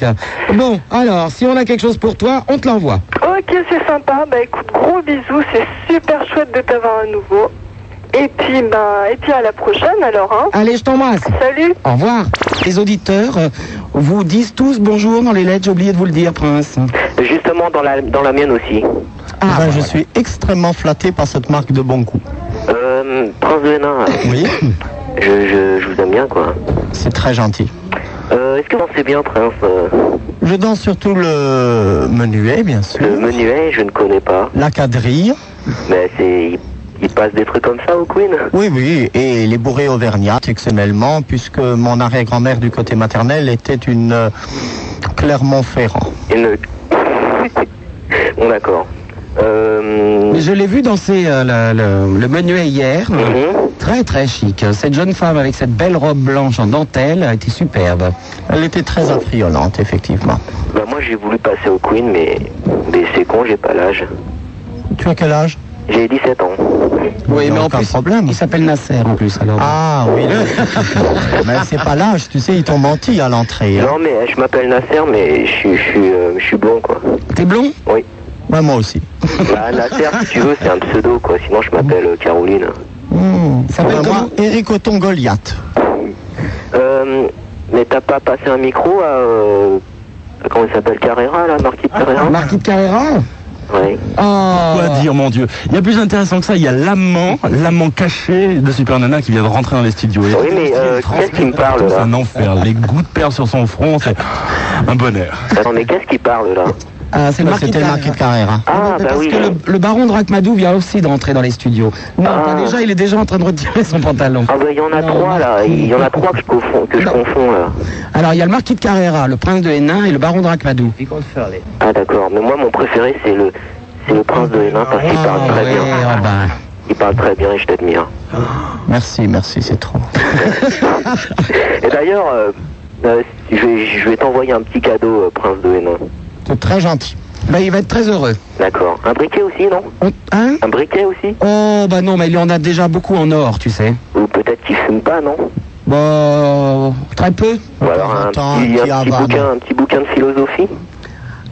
Bon, alors, si on a quelque chose pour toi, on te l'envoie. Ok, c'est sympa, bah écoute, gros bisous, c'est super chouette de t'avoir à nouveau. Et puis, bah, et puis à la prochaine alors, hein Allez, je t'embrasse. Salut Au revoir. Les auditeurs euh, vous disent tous bonjour dans les lettres, j'ai oublié de vous le dire, Prince. Ah, Justement, dans la, dans la mienne aussi. Eh ben, je suis extrêmement flatté par cette marque de bon coup. Euh, Prince de Hénin, Oui, je, je, je vous aime bien, quoi. c'est très gentil. Euh, Est-ce que vous dansez bien, Prince euh, Je danse surtout le menuet, bien sûr. Le menuet, je ne connais pas. La quadrille. Mais c'est... il- Il passe des trucs comme ça au Queen Oui, oui, et les bourrées auvergnates, exceptionnellement, puisque mon arrière-grand-mère du côté maternel était une euh, Clermont-Ferrand. Une... bon, d'accord. Euh... Mais je l'ai vu danser euh, le, le- le menuet hier. Mhm. Très très chic. Cette jeune femme avec cette belle robe blanche en dentelle a été superbe. Elle était Mhm. très attrayante, effectivement. Bah moi j'ai voulu passer au Queen mais, mais c'est con j'ai pas l'âge. Tu as quel âge J'ai 17 ans. Oui, mais en plus, il s'appelle Nasser en plus. Alors. Ah oui, le- mais c'est pas l'âge, tu sais, ils t'ont menti à l'entrée. hein. Non mais euh, je m'appelle Nasser mais je suis je suis euh, je suis blond quoi. T'es blond Oui. Ouais, moi aussi. Bah Nasser si tu veux c'est un pseudo quoi, sinon je m'appelle euh, Caroline. Mmh. Ouais, moi, Eric Othon Goliath. Euh, mais t'as pas passé un micro à euh, comment il s'appelle Carrera là, Marquis de Carrera Marquis de Carrera Oh. Quoi dire, mon Dieu Il y a plus intéressant que ça, il y a l'amant, l'amant caché de Super Nana qui vient de rentrer dans les studios. Et Oui, mais euh, qu'est-ce qui me parle C'est là un enfer, les gouttes perlent sur son front, c'est un bonheur. Attends, mais qu'est-ce qui parle là Ah, c'est Marquis C'était Carrère. Marquis Carrère. Ah, bah Parce oui. que le, le baron de Rachmadou vient aussi de rentrer dans les studios. Non, Ah. pas déjà, il est déjà en train de retirer son pantalon. Ah, bah il y en a trois là, il y en a trois que je confonds, que je confonds là. Alors, il y a le marquis de Carrera, le prince de Hénin et le baron de Rachmadou. Ah, d'accord, mais moi mon préféré c'est le, c'est le prince de Hénin parce Ah, qu'il Ah, Ah, parle très bien. Il parle très bien et je t'admire. ben, Merci, merci, c'est trop. Et d'ailleurs, euh, euh, je vais, je vais t'envoyer un petit cadeau, euh, prince de Hénin. C'est très gentil. Bah, il va être très heureux. D'accord. Un briquet aussi, non Hein Un briquet aussi Oh, bah non, mais il en a déjà beaucoup en or, tu sais. Ou peut-être qu'il fume pas, non Bon, très peu. Ou alors un petit, Attends, un petit petit Havane. bouquin, un petit bouquin de philosophie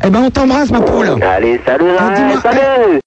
Eh ben, on t'embrasse, ma poule. Allez, salut, hein, salut